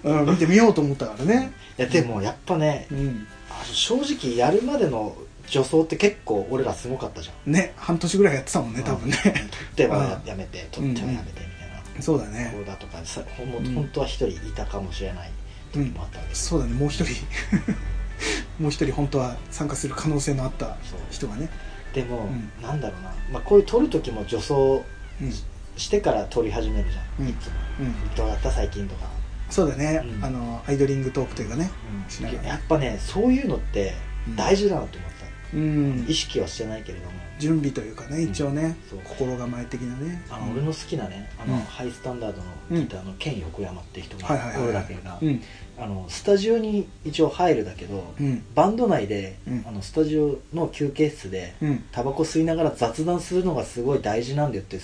[SPEAKER 1] うん見てみようと思ったからね
[SPEAKER 2] やでもやっぱね
[SPEAKER 1] うん
[SPEAKER 2] あの正直やるまでの助走って結構俺らすごかったじゃん
[SPEAKER 1] ね半年ぐらいやってたもんね多分ね
[SPEAKER 2] 取っては
[SPEAKER 1] うん
[SPEAKER 2] やめて取ってはやめてみたいな、
[SPEAKER 1] そうだ
[SPEAKER 2] こ
[SPEAKER 1] ね
[SPEAKER 2] うだとかさもう
[SPEAKER 1] うん
[SPEAKER 2] 本当は一人いたかもしれない時もあったわけです、
[SPEAKER 1] そうだねもう一人 もう一人本当は参加する可能性のあった人がね
[SPEAKER 2] でも、
[SPEAKER 1] ん
[SPEAKER 2] なんだろうな、まあ、こういう撮る時も助走
[SPEAKER 1] うん
[SPEAKER 2] してから撮り始めるじゃん、
[SPEAKER 1] うん
[SPEAKER 2] いつも
[SPEAKER 1] うん
[SPEAKER 2] どうだった最近とか、
[SPEAKER 1] そうだね、
[SPEAKER 2] うん
[SPEAKER 1] あのアイドリングトークというかね、しながら
[SPEAKER 2] やっぱねそういうのって大事だなと思った、
[SPEAKER 1] うん
[SPEAKER 2] 意識はしてないけれども
[SPEAKER 1] 準備というかね
[SPEAKER 2] うん
[SPEAKER 1] 一応ね、
[SPEAKER 2] そう
[SPEAKER 1] 心構え的なね
[SPEAKER 2] あの俺の好きなねあの、
[SPEAKER 1] うん
[SPEAKER 2] ハイスタンダードのギターのケン横山って人が、
[SPEAKER 1] はいはいはい
[SPEAKER 2] 俺ら系が、
[SPEAKER 1] うん
[SPEAKER 2] あのスタジオに一応入るだけど、
[SPEAKER 1] うん
[SPEAKER 2] バンド内で、
[SPEAKER 1] うん
[SPEAKER 2] あのスタジオの休憩室で、
[SPEAKER 1] うん
[SPEAKER 2] タバコ吸いながら雑談するのがすごい大事なんだよっていう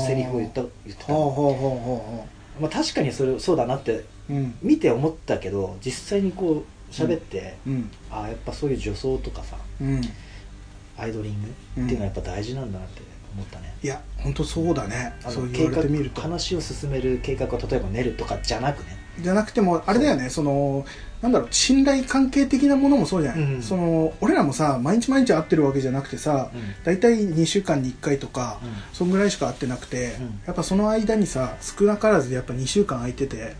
[SPEAKER 2] セリフを言った言ってた、
[SPEAKER 1] ほうほうほうほ
[SPEAKER 2] まあ、確かにそれそうだなって
[SPEAKER 1] うほううん
[SPEAKER 2] 見て思ったけど実際にこう喋って、
[SPEAKER 1] うん
[SPEAKER 2] ああやっぱそういう女装とかさ
[SPEAKER 1] うん
[SPEAKER 2] アイドリングっていうのはやっぱ大事なんだなって思ったね、
[SPEAKER 1] いや本当そうだね
[SPEAKER 2] あの
[SPEAKER 1] そう
[SPEAKER 2] 計
[SPEAKER 1] 言われてみる
[SPEAKER 2] 画
[SPEAKER 1] と
[SPEAKER 2] 話を進める計画を例えば練るとかじゃなくね
[SPEAKER 1] じゃなくてもあれだよねそのなんだろう信頼関係的なものもそうじゃない、
[SPEAKER 2] うん
[SPEAKER 1] その俺らもさ毎日毎日会ってるわけじゃなくてさ、
[SPEAKER 2] うん
[SPEAKER 1] 大体2週間に1回とか、
[SPEAKER 2] うん
[SPEAKER 1] そんぐらいしか会ってなくて、
[SPEAKER 2] うん
[SPEAKER 1] やっぱその間にさ少なからずやっぱ2週間空いてて
[SPEAKER 2] うん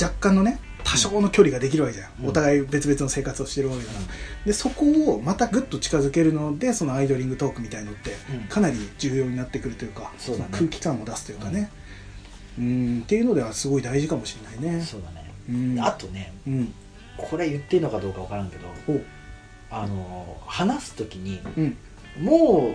[SPEAKER 1] 若干のね多少の距離ができるわけじゃん、
[SPEAKER 2] うん
[SPEAKER 1] お互い別々の生活をしてるわけだから、でそこをまたぐっと近づけるのでそのアイドリングトークみたいのって
[SPEAKER 2] うん
[SPEAKER 1] かなり重要になってくるというか、
[SPEAKER 2] そうだね
[SPEAKER 1] の空気感を出すというかね、うん、っていうのではすごい大事かもしれないね
[SPEAKER 2] そうだね、
[SPEAKER 1] うん
[SPEAKER 2] あとね
[SPEAKER 1] うん
[SPEAKER 2] これ言っていいのかどうか分からんけど
[SPEAKER 1] おう
[SPEAKER 2] あの話す時に
[SPEAKER 1] うん
[SPEAKER 2] も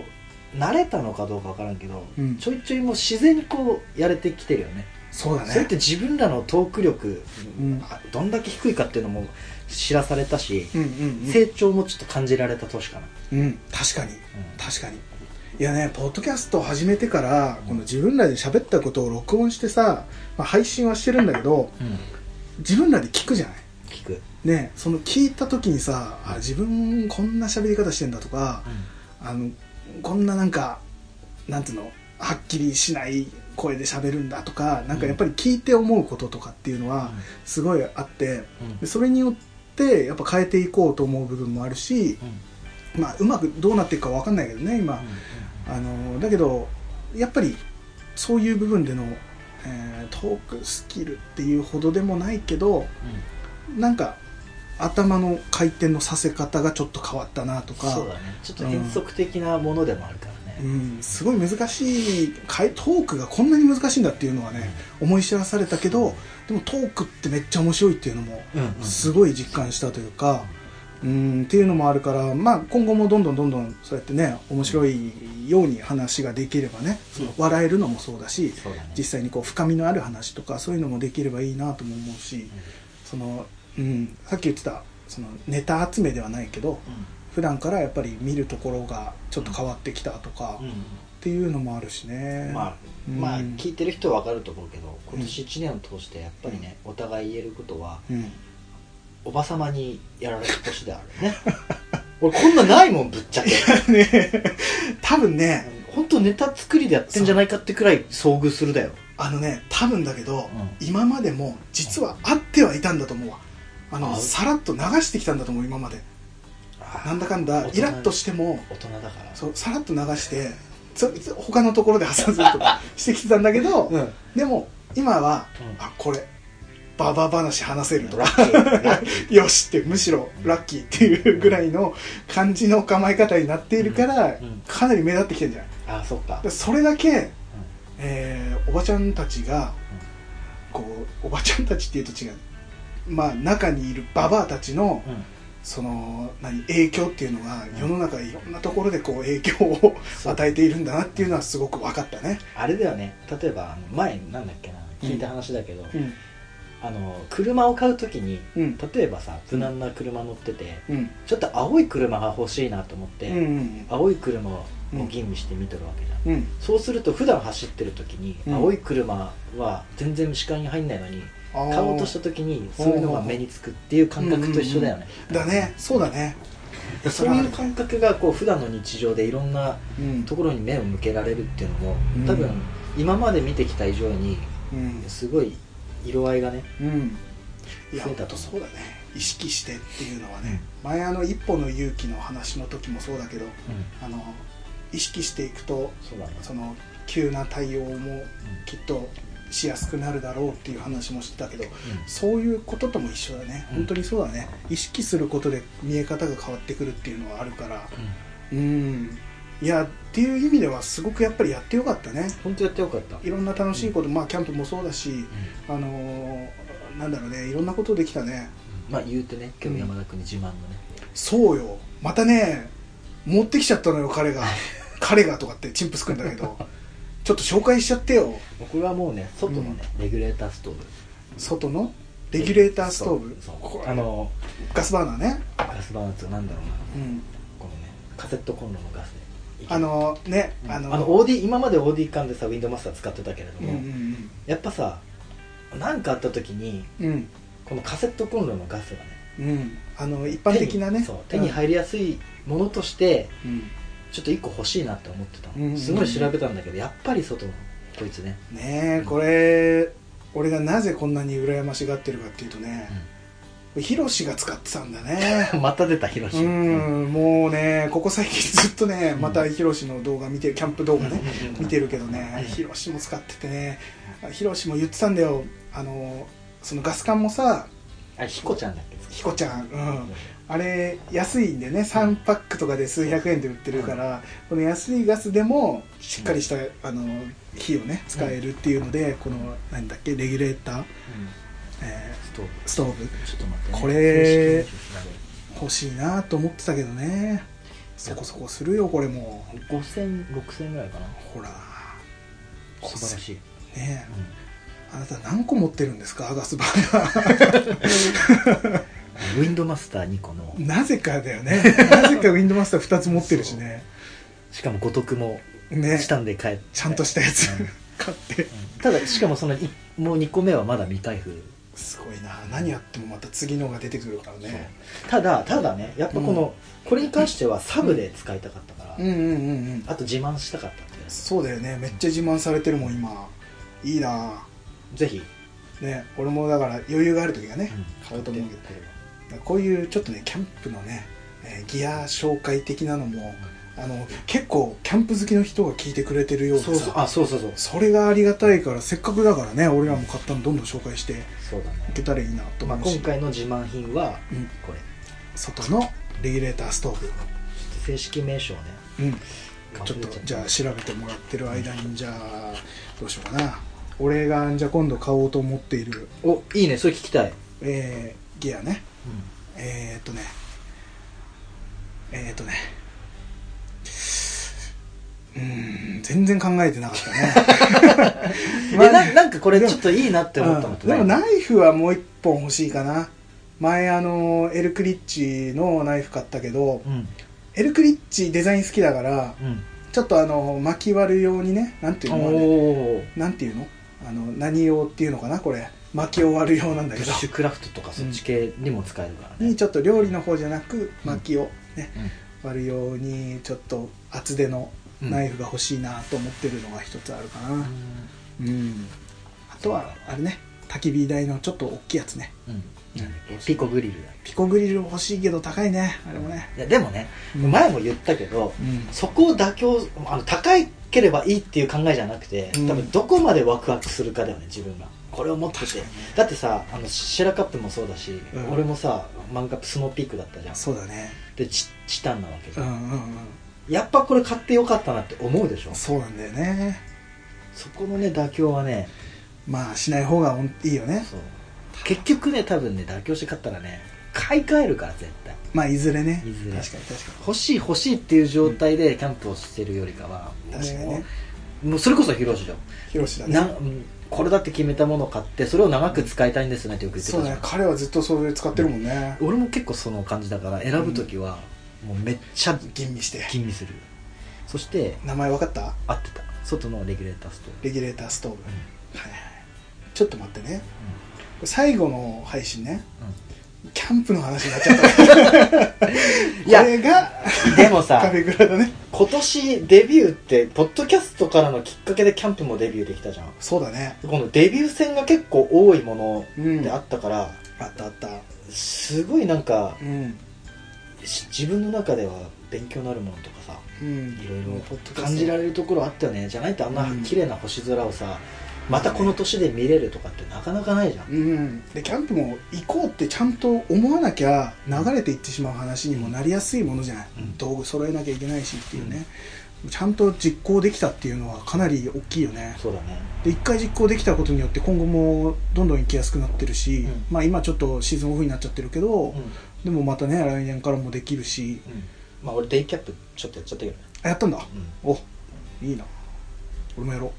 [SPEAKER 2] う慣れたのかどうか分からんけど、
[SPEAKER 1] うん
[SPEAKER 2] ちょいちょいもう自然にこうやれてきてるよね
[SPEAKER 1] そうだ
[SPEAKER 2] それっ
[SPEAKER 1] ね
[SPEAKER 2] て自分らのトーク力、
[SPEAKER 1] うん
[SPEAKER 2] あどんだけ低いかっていうのも知らされたし、
[SPEAKER 1] うんうん
[SPEAKER 2] 成長もちょっと感じられた年かな、
[SPEAKER 1] うん、うん、確かに
[SPEAKER 2] う
[SPEAKER 1] 確かにいやねポッドキャストを始めてからこの自分らで喋ったことを録音してさ、まあ、配信はしてるんだけど
[SPEAKER 2] んうん
[SPEAKER 1] 自分らで聞くじゃない
[SPEAKER 2] 聞く、
[SPEAKER 1] ねその聞いた時にさあ自分こんな喋り方してんだとかあのこんななんかなんていうのはっきりしない声で喋るんだとかなんかやっぱり聞いて思うこととかっていうのはすごいあってでそれによってやっぱ変えていこうと思う部分もあるし、まあ、うまくどうなっていくかわかんないけどね今、あのだけどやっぱりそういう部分での、えートークスキルっていうほどでもないけどなんか頭の回転のさせ方がちょっと変わったなとか
[SPEAKER 2] そうだねちょっと変則的なものでもあるから
[SPEAKER 1] う
[SPEAKER 2] ね、
[SPEAKER 1] ん、すごい難しいかいトークがこんなに難しいんだっていうのはね思い知らされたけどでもトークってめっちゃ面白いっていうのも
[SPEAKER 2] うんうん
[SPEAKER 1] すごい実感したというか、うん、っていうのもあるから、まあ、今後もどんどんどんどんそうやってね面白いように話ができればねその笑えるのもそうだし
[SPEAKER 2] そうだね
[SPEAKER 1] 実際にこう深みのある話とかそういうのもできればいいなとも思うしその、うん、さっき言ってたそのネタ集めではないけど普段からやっぱり見るところがちょっと変わってきたとか。
[SPEAKER 2] うんうん
[SPEAKER 1] っていうのもあるしね
[SPEAKER 2] まあ、
[SPEAKER 1] うん
[SPEAKER 2] まあ聞いてる人は分かると思うけど今年1年を通してやっぱりね、お互い言えることは
[SPEAKER 1] うん
[SPEAKER 2] おばさまにやられた年であるね 俺こんなないもんぶっちゃけ
[SPEAKER 1] 多分ね
[SPEAKER 2] 本当ネタ作りでやってんじゃないかってくらい遭遇するだよ
[SPEAKER 1] あのね多分だけど、今までも実はあってはいたんだと思うわあの
[SPEAKER 2] あ
[SPEAKER 1] さらっと流してきたんだと思う今までなんだかんだ
[SPEAKER 2] 大人
[SPEAKER 1] イラッとしても
[SPEAKER 2] 大人だから
[SPEAKER 1] そうさらっと流してそそ他のところで発散するとか してきてたんだけど、
[SPEAKER 2] うん
[SPEAKER 1] でも今は、
[SPEAKER 2] うん
[SPEAKER 1] あこれババ話話せると
[SPEAKER 2] ラ
[SPEAKER 1] か
[SPEAKER 2] ッキーラッキー
[SPEAKER 1] よしってむしろラッキーっていうぐらいの感じの構え方になっているから、
[SPEAKER 2] うんうん
[SPEAKER 1] かなり目立ってきてるんじゃない
[SPEAKER 2] あそっか
[SPEAKER 1] でそれだけ、えーおばちゃんたちがこうおばちゃんたちっていうと違うまあ中にいるババアたちの
[SPEAKER 2] うん
[SPEAKER 1] その何影響っていうのが
[SPEAKER 2] ん
[SPEAKER 1] 世の中いろんなところでこう影響を
[SPEAKER 2] そう
[SPEAKER 1] 与えているんだなっていうのはすごく分かったね、
[SPEAKER 2] あれだよね例えばあの前なんだっけな聞いた話だけど、
[SPEAKER 1] うん
[SPEAKER 2] あの車を買う時に
[SPEAKER 1] うん
[SPEAKER 2] 例えばさ無難な車乗ってて
[SPEAKER 1] うん
[SPEAKER 2] ちょっと青い車が欲しいなと思っ
[SPEAKER 1] う
[SPEAKER 2] て、
[SPEAKER 1] んうん
[SPEAKER 2] 青い車を吟味して見とるわけじゃん、
[SPEAKER 1] うん
[SPEAKER 2] そうすると普段走ってる時に、
[SPEAKER 1] うん
[SPEAKER 2] 青い車は全然視界に入んないのに
[SPEAKER 1] あー
[SPEAKER 2] 買おうとした時にそういうのが目につくっていう感覚と一緒だよね、
[SPEAKER 1] だねそうだね
[SPEAKER 2] でそういう感覚がこう普段の日常でいろんな
[SPEAKER 1] うん
[SPEAKER 2] ところに目を向けられるっていうのも
[SPEAKER 1] うん
[SPEAKER 2] 多分今まで見てきた以上に
[SPEAKER 1] うん
[SPEAKER 2] すごい色合いがね
[SPEAKER 1] うんいや
[SPEAKER 2] 増
[SPEAKER 1] 本
[SPEAKER 2] えた
[SPEAKER 1] 当
[SPEAKER 2] と思う
[SPEAKER 1] そうだね意識してっていうのはね前あの一歩の勇気の話の時もそうだけどあの意識していくと
[SPEAKER 2] そうだね
[SPEAKER 1] その急な対応もきっとしやすくなるだろうっていう話もしてたけどそういうこととも一緒だね
[SPEAKER 2] うん
[SPEAKER 1] 本当にそうだね意識することで見え方が変わってくるっていうのはあるからうんいやっていう意味ではすごくやっぱりやってよかったね
[SPEAKER 2] 本当やってよかった
[SPEAKER 1] いろんな楽しいことまあキャンプもそうだしあのーなんだろうねいろんなことできたね
[SPEAKER 2] まあ言うてね今日山田君に自慢のね
[SPEAKER 1] そうよまたね持ってきちゃったのよ 彼が彼がとかってチンプすくんだけどちょっと紹介しちゃってよ
[SPEAKER 2] 僕はもうね外のねレギュレーターストーブ
[SPEAKER 1] 外のレギュレーターストーブ
[SPEAKER 2] そう
[SPEAKER 1] これ
[SPEAKER 2] あの
[SPEAKER 1] ガスバーナーね、
[SPEAKER 2] ガスバーナーっていうかなんだろうな
[SPEAKER 1] うん、
[SPEAKER 2] このねカセットコンロのガスで
[SPEAKER 1] あのね、
[SPEAKER 2] うん
[SPEAKER 1] あ
[SPEAKER 2] あ
[SPEAKER 1] の
[SPEAKER 2] の OD 今まで OD 缶でさウィンドウマスター使ってたけれど
[SPEAKER 1] うん
[SPEAKER 2] も、やっぱさ何かあった時に
[SPEAKER 1] うんうん
[SPEAKER 2] このカセットコンロのガスがね
[SPEAKER 1] うん、うん、あの一般的な
[SPEAKER 2] 手
[SPEAKER 1] ね
[SPEAKER 2] にそう手に入りやすいものとして
[SPEAKER 1] うん
[SPEAKER 2] ちょっと1個欲しいなって思ってたの、
[SPEAKER 1] うん
[SPEAKER 2] すごい調べたんだけどやっぱり外のこいつね、
[SPEAKER 1] うんねえこれ俺がなぜこんなに羨ましがってるかっていうとねヒロシが使ってたんだね
[SPEAKER 2] また出た広
[SPEAKER 1] う
[SPEAKER 2] 島
[SPEAKER 1] んもうねここ最近ずっとね
[SPEAKER 2] うん
[SPEAKER 1] またヒロシの動画見てるキャンプ動画ね見てるけどね
[SPEAKER 2] うん
[SPEAKER 1] ヒロシも使っててねヒロシも言ってたんだよあのそのガス缶もさ
[SPEAKER 2] あヒコちゃんだっけ
[SPEAKER 1] ヒコちゃん、うん、
[SPEAKER 2] うん
[SPEAKER 1] あれ安いんでね3パックとかで数百円で売ってるからこの安いガスでもしっかりしたあの火をね使えるっていうのでこの何だっけレギュレーター、え
[SPEAKER 2] ストーブ
[SPEAKER 1] ーストーブ
[SPEAKER 2] ちょっと待って、ね、
[SPEAKER 1] これ
[SPEAKER 2] 正式名称調べる
[SPEAKER 1] 欲しいなと思ってたけどねそこそこするよこれも
[SPEAKER 2] 50006000ぐらいかな
[SPEAKER 1] ほら
[SPEAKER 2] 素晴らしい、
[SPEAKER 1] ね
[SPEAKER 2] うん
[SPEAKER 1] えあなた何個持ってるんですかアガスバーガー
[SPEAKER 2] ウィンドマスター2個の
[SPEAKER 1] なぜかだよ ねなぜかウィンドマスター2つ持ってるしね
[SPEAKER 2] しかも五徳も
[SPEAKER 1] ね
[SPEAKER 2] したんで帰って、
[SPEAKER 1] ちゃんとしたやつ
[SPEAKER 2] うん
[SPEAKER 1] 買って
[SPEAKER 2] うんただしかもそのいもう2個目はまだ未開封、
[SPEAKER 1] すごいな何やってもまた次のが出てくるからね
[SPEAKER 2] そうただただねやっぱこの、これに関してはサブで使いたかったから、
[SPEAKER 1] うんうんうんうん
[SPEAKER 2] あと自慢したかったっていう
[SPEAKER 1] そうだよねめっちゃ自慢されてるもん今いいな
[SPEAKER 2] ぜひ、
[SPEAKER 1] ね俺もだから余裕がある時はね、買うと思うけど
[SPEAKER 2] これは
[SPEAKER 1] こういうちょっとねキャンプのね、えーギア紹介的なのもあの結構キャンプ好きの人が聞いてくれてるようでさ
[SPEAKER 2] そうそうあそうそうそう
[SPEAKER 1] それがありがたいからせっかくだからね俺らも買ったのどんどん紹介してい
[SPEAKER 2] そうだね
[SPEAKER 1] けたらいいなと
[SPEAKER 2] まあ、
[SPEAKER 1] 思うし、
[SPEAKER 2] 今回の自慢品は
[SPEAKER 1] うん、
[SPEAKER 2] これ
[SPEAKER 1] 外のレギュレーターストー
[SPEAKER 2] 正式名称ね
[SPEAKER 1] ブ、うん、ちょっとじゃあ調べてもらってる間にじゃあどうしようかな俺がじゃあ今度買おうと思っている、
[SPEAKER 2] おいいねそれ聞きたい、
[SPEAKER 1] えーギアねえー、っとねえー、っとねうーん全然考えてなかったね
[SPEAKER 2] えななんかこれちょっといいなって思ったの
[SPEAKER 1] う
[SPEAKER 2] と
[SPEAKER 1] んでもナイフはもう一本欲しいかな前あのエルクリッチのナイフ買ったけど、
[SPEAKER 2] うん
[SPEAKER 1] エルクリッチデザイン好きだから
[SPEAKER 2] うん
[SPEAKER 1] ちょっとあの巻き割る用にねなんていうのあれ
[SPEAKER 2] おお
[SPEAKER 1] なんていうのあの何用っていうのかなこれ巻き終わる用なんだけ
[SPEAKER 2] ブッ
[SPEAKER 1] ど
[SPEAKER 2] シュクラフトとかそっち系にも使えるからね、
[SPEAKER 1] にちょっと料理の方じゃなく巻きをね、
[SPEAKER 2] うん
[SPEAKER 1] 割る用にちょっと厚手のナイフが欲しいなと思ってるのが一つあるかなうん、あとはあれね焚き火台のちょっと大きいやつね
[SPEAKER 2] うん、
[SPEAKER 1] うん
[SPEAKER 2] ピコグリルだ
[SPEAKER 1] ピコグリル欲しいけど高いねあれもね
[SPEAKER 2] いやでもね、
[SPEAKER 1] うん
[SPEAKER 2] 前も言ったけど、
[SPEAKER 1] うん
[SPEAKER 2] そこを妥協あの高ければいいっていう考えじゃなくて、
[SPEAKER 1] うん
[SPEAKER 2] 多分どこまでワクワクするかだよね自分がこれを持って
[SPEAKER 1] 確
[SPEAKER 2] て、
[SPEAKER 1] かにね
[SPEAKER 2] だってさあのシェラカップもそうだし、
[SPEAKER 1] うん
[SPEAKER 2] 俺もさマグカップスノーピークだったじゃん
[SPEAKER 1] そうだね
[SPEAKER 2] でチチタンなわけじ
[SPEAKER 1] う
[SPEAKER 2] ゃ
[SPEAKER 1] ん
[SPEAKER 2] ん、
[SPEAKER 1] うんうん
[SPEAKER 2] やっぱこれ買ってよかったなって思うでしょ
[SPEAKER 1] そうなんだよね
[SPEAKER 2] そこのね妥協はね
[SPEAKER 1] まあしない方がおんいいよね
[SPEAKER 2] そう結局ね多分ね妥協して買ったらね買い替えるから絶対
[SPEAKER 1] まあいずれね
[SPEAKER 2] いずれ
[SPEAKER 1] 確かに確か
[SPEAKER 2] 欲しい欲しいっていう状態でキャンプをしてるよりかは、
[SPEAKER 1] に確かにね
[SPEAKER 2] もうそれこそ広ロ
[SPEAKER 1] 広志だ
[SPEAKER 2] だ
[SPEAKER 1] ね
[SPEAKER 2] なうんこれだって決めたものを買ってそれを長く使いたいんですねってよく言って
[SPEAKER 1] そ
[SPEAKER 2] た
[SPEAKER 1] う
[SPEAKER 2] じゃ
[SPEAKER 1] だ
[SPEAKER 2] ん、
[SPEAKER 1] ね彼はずっとそれ使ってるもんね、
[SPEAKER 2] 俺も結構その感じだから選ぶ時はもうめっちゃ
[SPEAKER 1] 吟味して
[SPEAKER 2] 吟味するそして
[SPEAKER 1] 名前分かった
[SPEAKER 2] 合ってた外のレギュレーターストーブ
[SPEAKER 1] レギュレーターストーブ、はいはいちょっと待ってね最後の配信ねキャンプの話になっちゃった
[SPEAKER 2] いや
[SPEAKER 1] これが
[SPEAKER 2] うんでも
[SPEAKER 1] カ
[SPEAKER 2] さ
[SPEAKER 1] フェクラだね
[SPEAKER 2] 今年デビューってポッドキャストからのきっかけでキャンプもデビューできたじゃん
[SPEAKER 1] そうだね
[SPEAKER 2] このデビュー戦が結構多いもの
[SPEAKER 1] うん
[SPEAKER 2] であ
[SPEAKER 1] あ
[SPEAKER 2] ったから、
[SPEAKER 1] ったあった
[SPEAKER 2] すごいなんか
[SPEAKER 1] うん
[SPEAKER 2] し自分の中では勉強になるものとかさ
[SPEAKER 1] うん
[SPEAKER 2] いろい
[SPEAKER 1] ポッドキャス
[SPEAKER 2] ろ
[SPEAKER 1] ト
[SPEAKER 2] 感じられるところあったよねじゃないとあんな
[SPEAKER 1] うん
[SPEAKER 2] 綺麗な星空をさまたこの年で見れるとかってなかなかないじゃん、
[SPEAKER 1] うんでキャンプも行こうってちゃんと思わなきゃ流れていってしまう話にもなりやすいものじゃない、
[SPEAKER 2] うん
[SPEAKER 1] 道具揃えなきゃいけないしっていうね、ちゃんと実行できたっていうのはかなり大きいよね
[SPEAKER 2] そうだね
[SPEAKER 1] で1回実行できたことによって今後もどんどん行きやすくなってるし、
[SPEAKER 2] うん
[SPEAKER 1] まあ今ちょっとシーズンオフになっちゃってるけど、
[SPEAKER 2] うん、
[SPEAKER 1] でもまたね来年からもできるし
[SPEAKER 2] まあ俺デイキャップちょっとやっちゃったけどね、
[SPEAKER 1] あやったんだ
[SPEAKER 2] うん
[SPEAKER 1] おいいな俺もやろ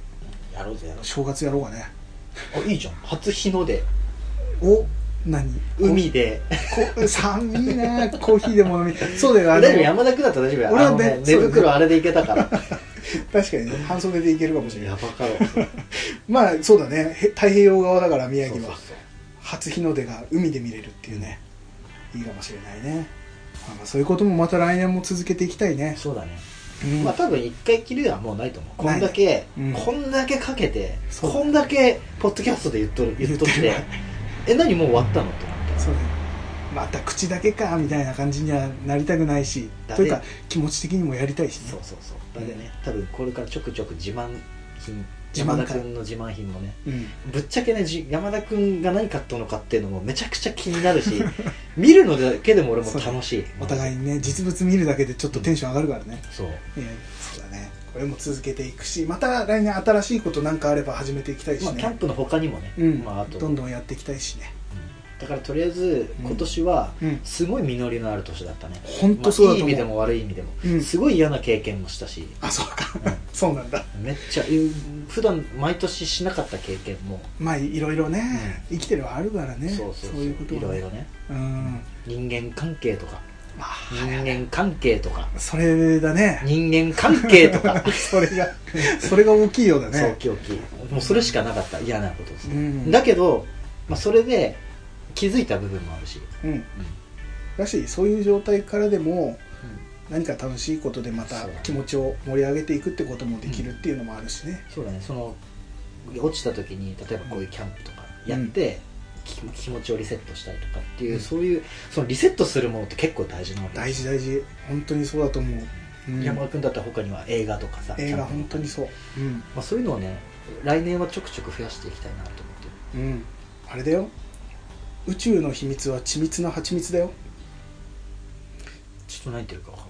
[SPEAKER 2] やろうぜやろ
[SPEAKER 1] う
[SPEAKER 2] うぜ
[SPEAKER 1] 正月やろうがね
[SPEAKER 2] あいいじゃん初日の出
[SPEAKER 1] お何
[SPEAKER 2] 海で
[SPEAKER 1] こ寒いねコーヒーでも飲みそうだよあ
[SPEAKER 2] 大丈夫
[SPEAKER 1] れ
[SPEAKER 2] 山田君だったら大丈夫や
[SPEAKER 1] 俺は
[SPEAKER 2] あのね
[SPEAKER 1] 別
[SPEAKER 2] 寝袋あれでいけたから
[SPEAKER 1] 確かにね半袖でいけるかもしれない
[SPEAKER 2] やばかろ
[SPEAKER 1] まあそうだねへ太平洋側だから宮城は
[SPEAKER 2] そう
[SPEAKER 1] 初日の出が海で見れるっていうねいいかもしれないねまあまあそういうこともまた来年も続けていきたいね
[SPEAKER 2] そうだね、
[SPEAKER 1] うん
[SPEAKER 2] まあ多分一回きりではもうないと思うこ
[SPEAKER 1] ない
[SPEAKER 2] ん
[SPEAKER 1] ね
[SPEAKER 2] だけ、
[SPEAKER 1] うん
[SPEAKER 2] こんだけかけて
[SPEAKER 1] そう
[SPEAKER 2] こんだけポッドキャストで言っとる言っとって
[SPEAKER 1] 言って
[SPEAKER 2] え何もう終わったのってなったら
[SPEAKER 1] そうだよまた口だけかみたいな感じにはなりたくないし
[SPEAKER 2] だね
[SPEAKER 1] というか気持ち的にもやりたいしね
[SPEAKER 2] そうそうそうだってね多分これからちょくちょく自慢品
[SPEAKER 1] 自慢
[SPEAKER 2] 山
[SPEAKER 1] 会
[SPEAKER 2] 田君の自慢品もね
[SPEAKER 1] うん
[SPEAKER 2] ぶっちゃけねじ山田君が何買ったのかっていうのもめちゃくちゃ気にな るし見るのだけでも俺も楽しい
[SPEAKER 1] お互い
[SPEAKER 2] い
[SPEAKER 1] にね実物見るだけでちょっとテンション上がるからね、
[SPEAKER 2] そう
[SPEAKER 1] いやそうだねこれも続けていくしまた来年新しいことなんかあれば始めていきたいし
[SPEAKER 2] まあ、
[SPEAKER 1] ね、
[SPEAKER 2] キャンプの他にもね、
[SPEAKER 1] うん
[SPEAKER 2] まあ、あと
[SPEAKER 1] どんどんやっていきたいしね
[SPEAKER 2] うんだからとりあえず今年は
[SPEAKER 1] うん
[SPEAKER 2] すごい実りのある年だったね、
[SPEAKER 1] 本当そうだ
[SPEAKER 2] まあい
[SPEAKER 1] と
[SPEAKER 2] い意味で
[SPEAKER 1] 思う、
[SPEAKER 2] も悪い意味でも、
[SPEAKER 1] うん
[SPEAKER 2] すごい嫌な経験もしたし
[SPEAKER 1] あそうか、
[SPEAKER 2] うん
[SPEAKER 1] そうなんだ
[SPEAKER 2] めっちゃうん普段毎年しなかった経験も、
[SPEAKER 1] まあいろいろね、生きてるはあるからね
[SPEAKER 2] そうそうそう
[SPEAKER 1] いうこと
[SPEAKER 2] いろい
[SPEAKER 1] ろ
[SPEAKER 2] ろね
[SPEAKER 1] うん
[SPEAKER 2] 人間関係とか
[SPEAKER 1] ま
[SPEAKER 2] 人
[SPEAKER 1] あ
[SPEAKER 2] 間関係とか
[SPEAKER 1] それだね
[SPEAKER 2] 人間関係とか
[SPEAKER 1] それが それが大きいようだ
[SPEAKER 2] そう
[SPEAKER 1] ね
[SPEAKER 2] ききもうそれしかなかった嫌なことですね、
[SPEAKER 1] ん
[SPEAKER 2] だけど、まあ、それで気づいた部分もあるし、
[SPEAKER 1] うんだしそういう状態からでも
[SPEAKER 2] うん
[SPEAKER 1] 何か楽しいことでまた
[SPEAKER 2] そうだね
[SPEAKER 1] 気持ちを盛り上げていくってこともできるっていうのもあるしね、
[SPEAKER 2] そうだねその落ちた時に例えばこういうキャンプとかやって、き気持ちをリセットしたりとかっていう、
[SPEAKER 1] うん
[SPEAKER 2] そういうそのリセットするものって結構大事なわけ
[SPEAKER 1] 大事大事本当にそうだと思う、うん
[SPEAKER 2] 山田君だったら他には映画とかさ
[SPEAKER 1] 映画
[SPEAKER 2] キャン
[SPEAKER 1] 本
[SPEAKER 2] プ
[SPEAKER 1] 当
[SPEAKER 2] とか
[SPEAKER 1] にそううん、
[SPEAKER 2] まあ、そういうのをね来年はちょくちょく増やしていきたいなと思ってる
[SPEAKER 1] うん、あれだよ宇宙の秘密は緻密な蜂蜜だよ
[SPEAKER 2] ちょっと何言ってるかわかん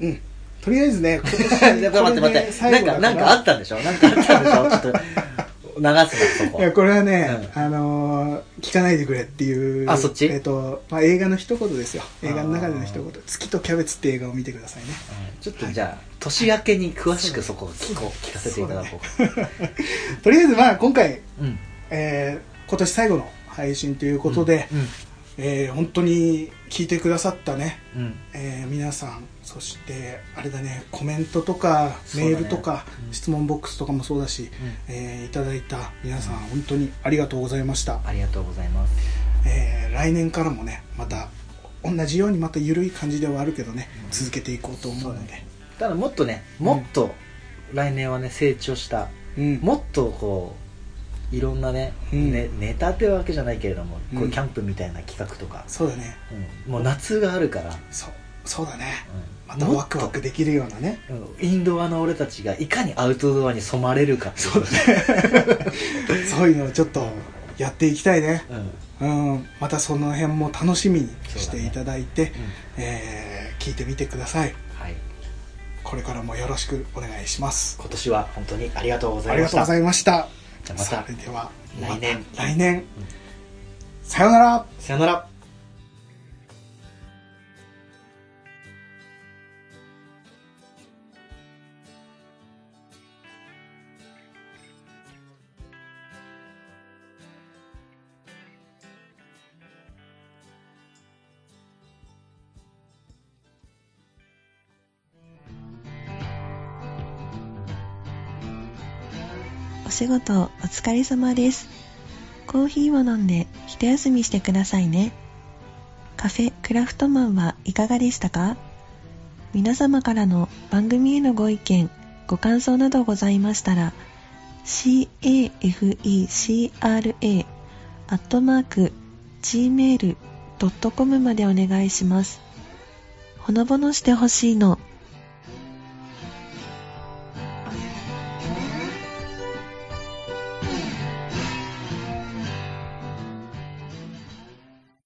[SPEAKER 2] ない
[SPEAKER 1] うんとりあえず ね今
[SPEAKER 2] い
[SPEAKER 1] 年
[SPEAKER 2] や待って待ってなんかなんかあったんでしょなんかあったんでしょちょっと流すなそ
[SPEAKER 1] いや
[SPEAKER 2] こ
[SPEAKER 1] これはね、
[SPEAKER 2] うん
[SPEAKER 1] あのー聞かないでくれっていう
[SPEAKER 2] あそっち
[SPEAKER 1] えっとまあ、映画の一言ですよ映画の中での一言「月とキャベツ」って映画を見てくださいね
[SPEAKER 2] ちょっとじゃあ、年明けに詳しくそこを聞こう聞かせていただこうか
[SPEAKER 1] とりあえずまあ今回、
[SPEAKER 2] うん
[SPEAKER 1] えー今年最後の配信ということで、えー本当に聞いてくださったね、
[SPEAKER 2] うんうん
[SPEAKER 1] えー皆さんそしてあれだねコメントとか
[SPEAKER 2] そうだ
[SPEAKER 1] メ
[SPEAKER 2] ね
[SPEAKER 1] ールとか、
[SPEAKER 2] うん
[SPEAKER 1] 質問ボックスとかもそうだし、えーいただいた皆さん本当にありがとうございました、
[SPEAKER 2] ありがとうございます
[SPEAKER 1] えー来年からもねまた同じようにまた緩い感じではあるけどね、続けていこうと思うので
[SPEAKER 2] ただもっとねもっと来年はね成長した
[SPEAKER 1] うん
[SPEAKER 2] もっとこういろんなね,、
[SPEAKER 1] うん
[SPEAKER 2] ねネタってわけじゃないけれども、こう
[SPEAKER 1] うん
[SPEAKER 2] キャンプみたいな企画とか、
[SPEAKER 1] そうだね
[SPEAKER 2] うんもう夏があるから、
[SPEAKER 1] そうそうだね
[SPEAKER 2] うん
[SPEAKER 1] またワクワクできるようなね
[SPEAKER 2] もっとうんインドアの俺たちがいかにアウトドアに染まれるかっていう
[SPEAKER 1] そうだねそういうのをちょっとやっていきたいね
[SPEAKER 2] うんうん
[SPEAKER 1] うんまたその辺も楽しみにしていただいて、えー聞いてみてください
[SPEAKER 2] はい、
[SPEAKER 1] これからもよろしくお願いします
[SPEAKER 2] 今年は本当にありがとうござ
[SPEAKER 1] あ
[SPEAKER 2] い
[SPEAKER 1] りが
[SPEAKER 2] まし
[SPEAKER 1] とう
[SPEAKER 2] た
[SPEAKER 1] ございました
[SPEAKER 2] じゃあまた
[SPEAKER 1] それでは
[SPEAKER 2] 来年
[SPEAKER 1] また来年、
[SPEAKER 2] うん
[SPEAKER 1] さようなら
[SPEAKER 2] さよなら
[SPEAKER 3] お仕事お疲れ様です。コーヒーを飲んで一休みしてくださいね。カフェクラフトマンはいかがでしたか皆様からの番組へのご意見、ご感想などございましたら、cafecra アットマーク gmail.com までお願いします。ほのぼのしてほしいの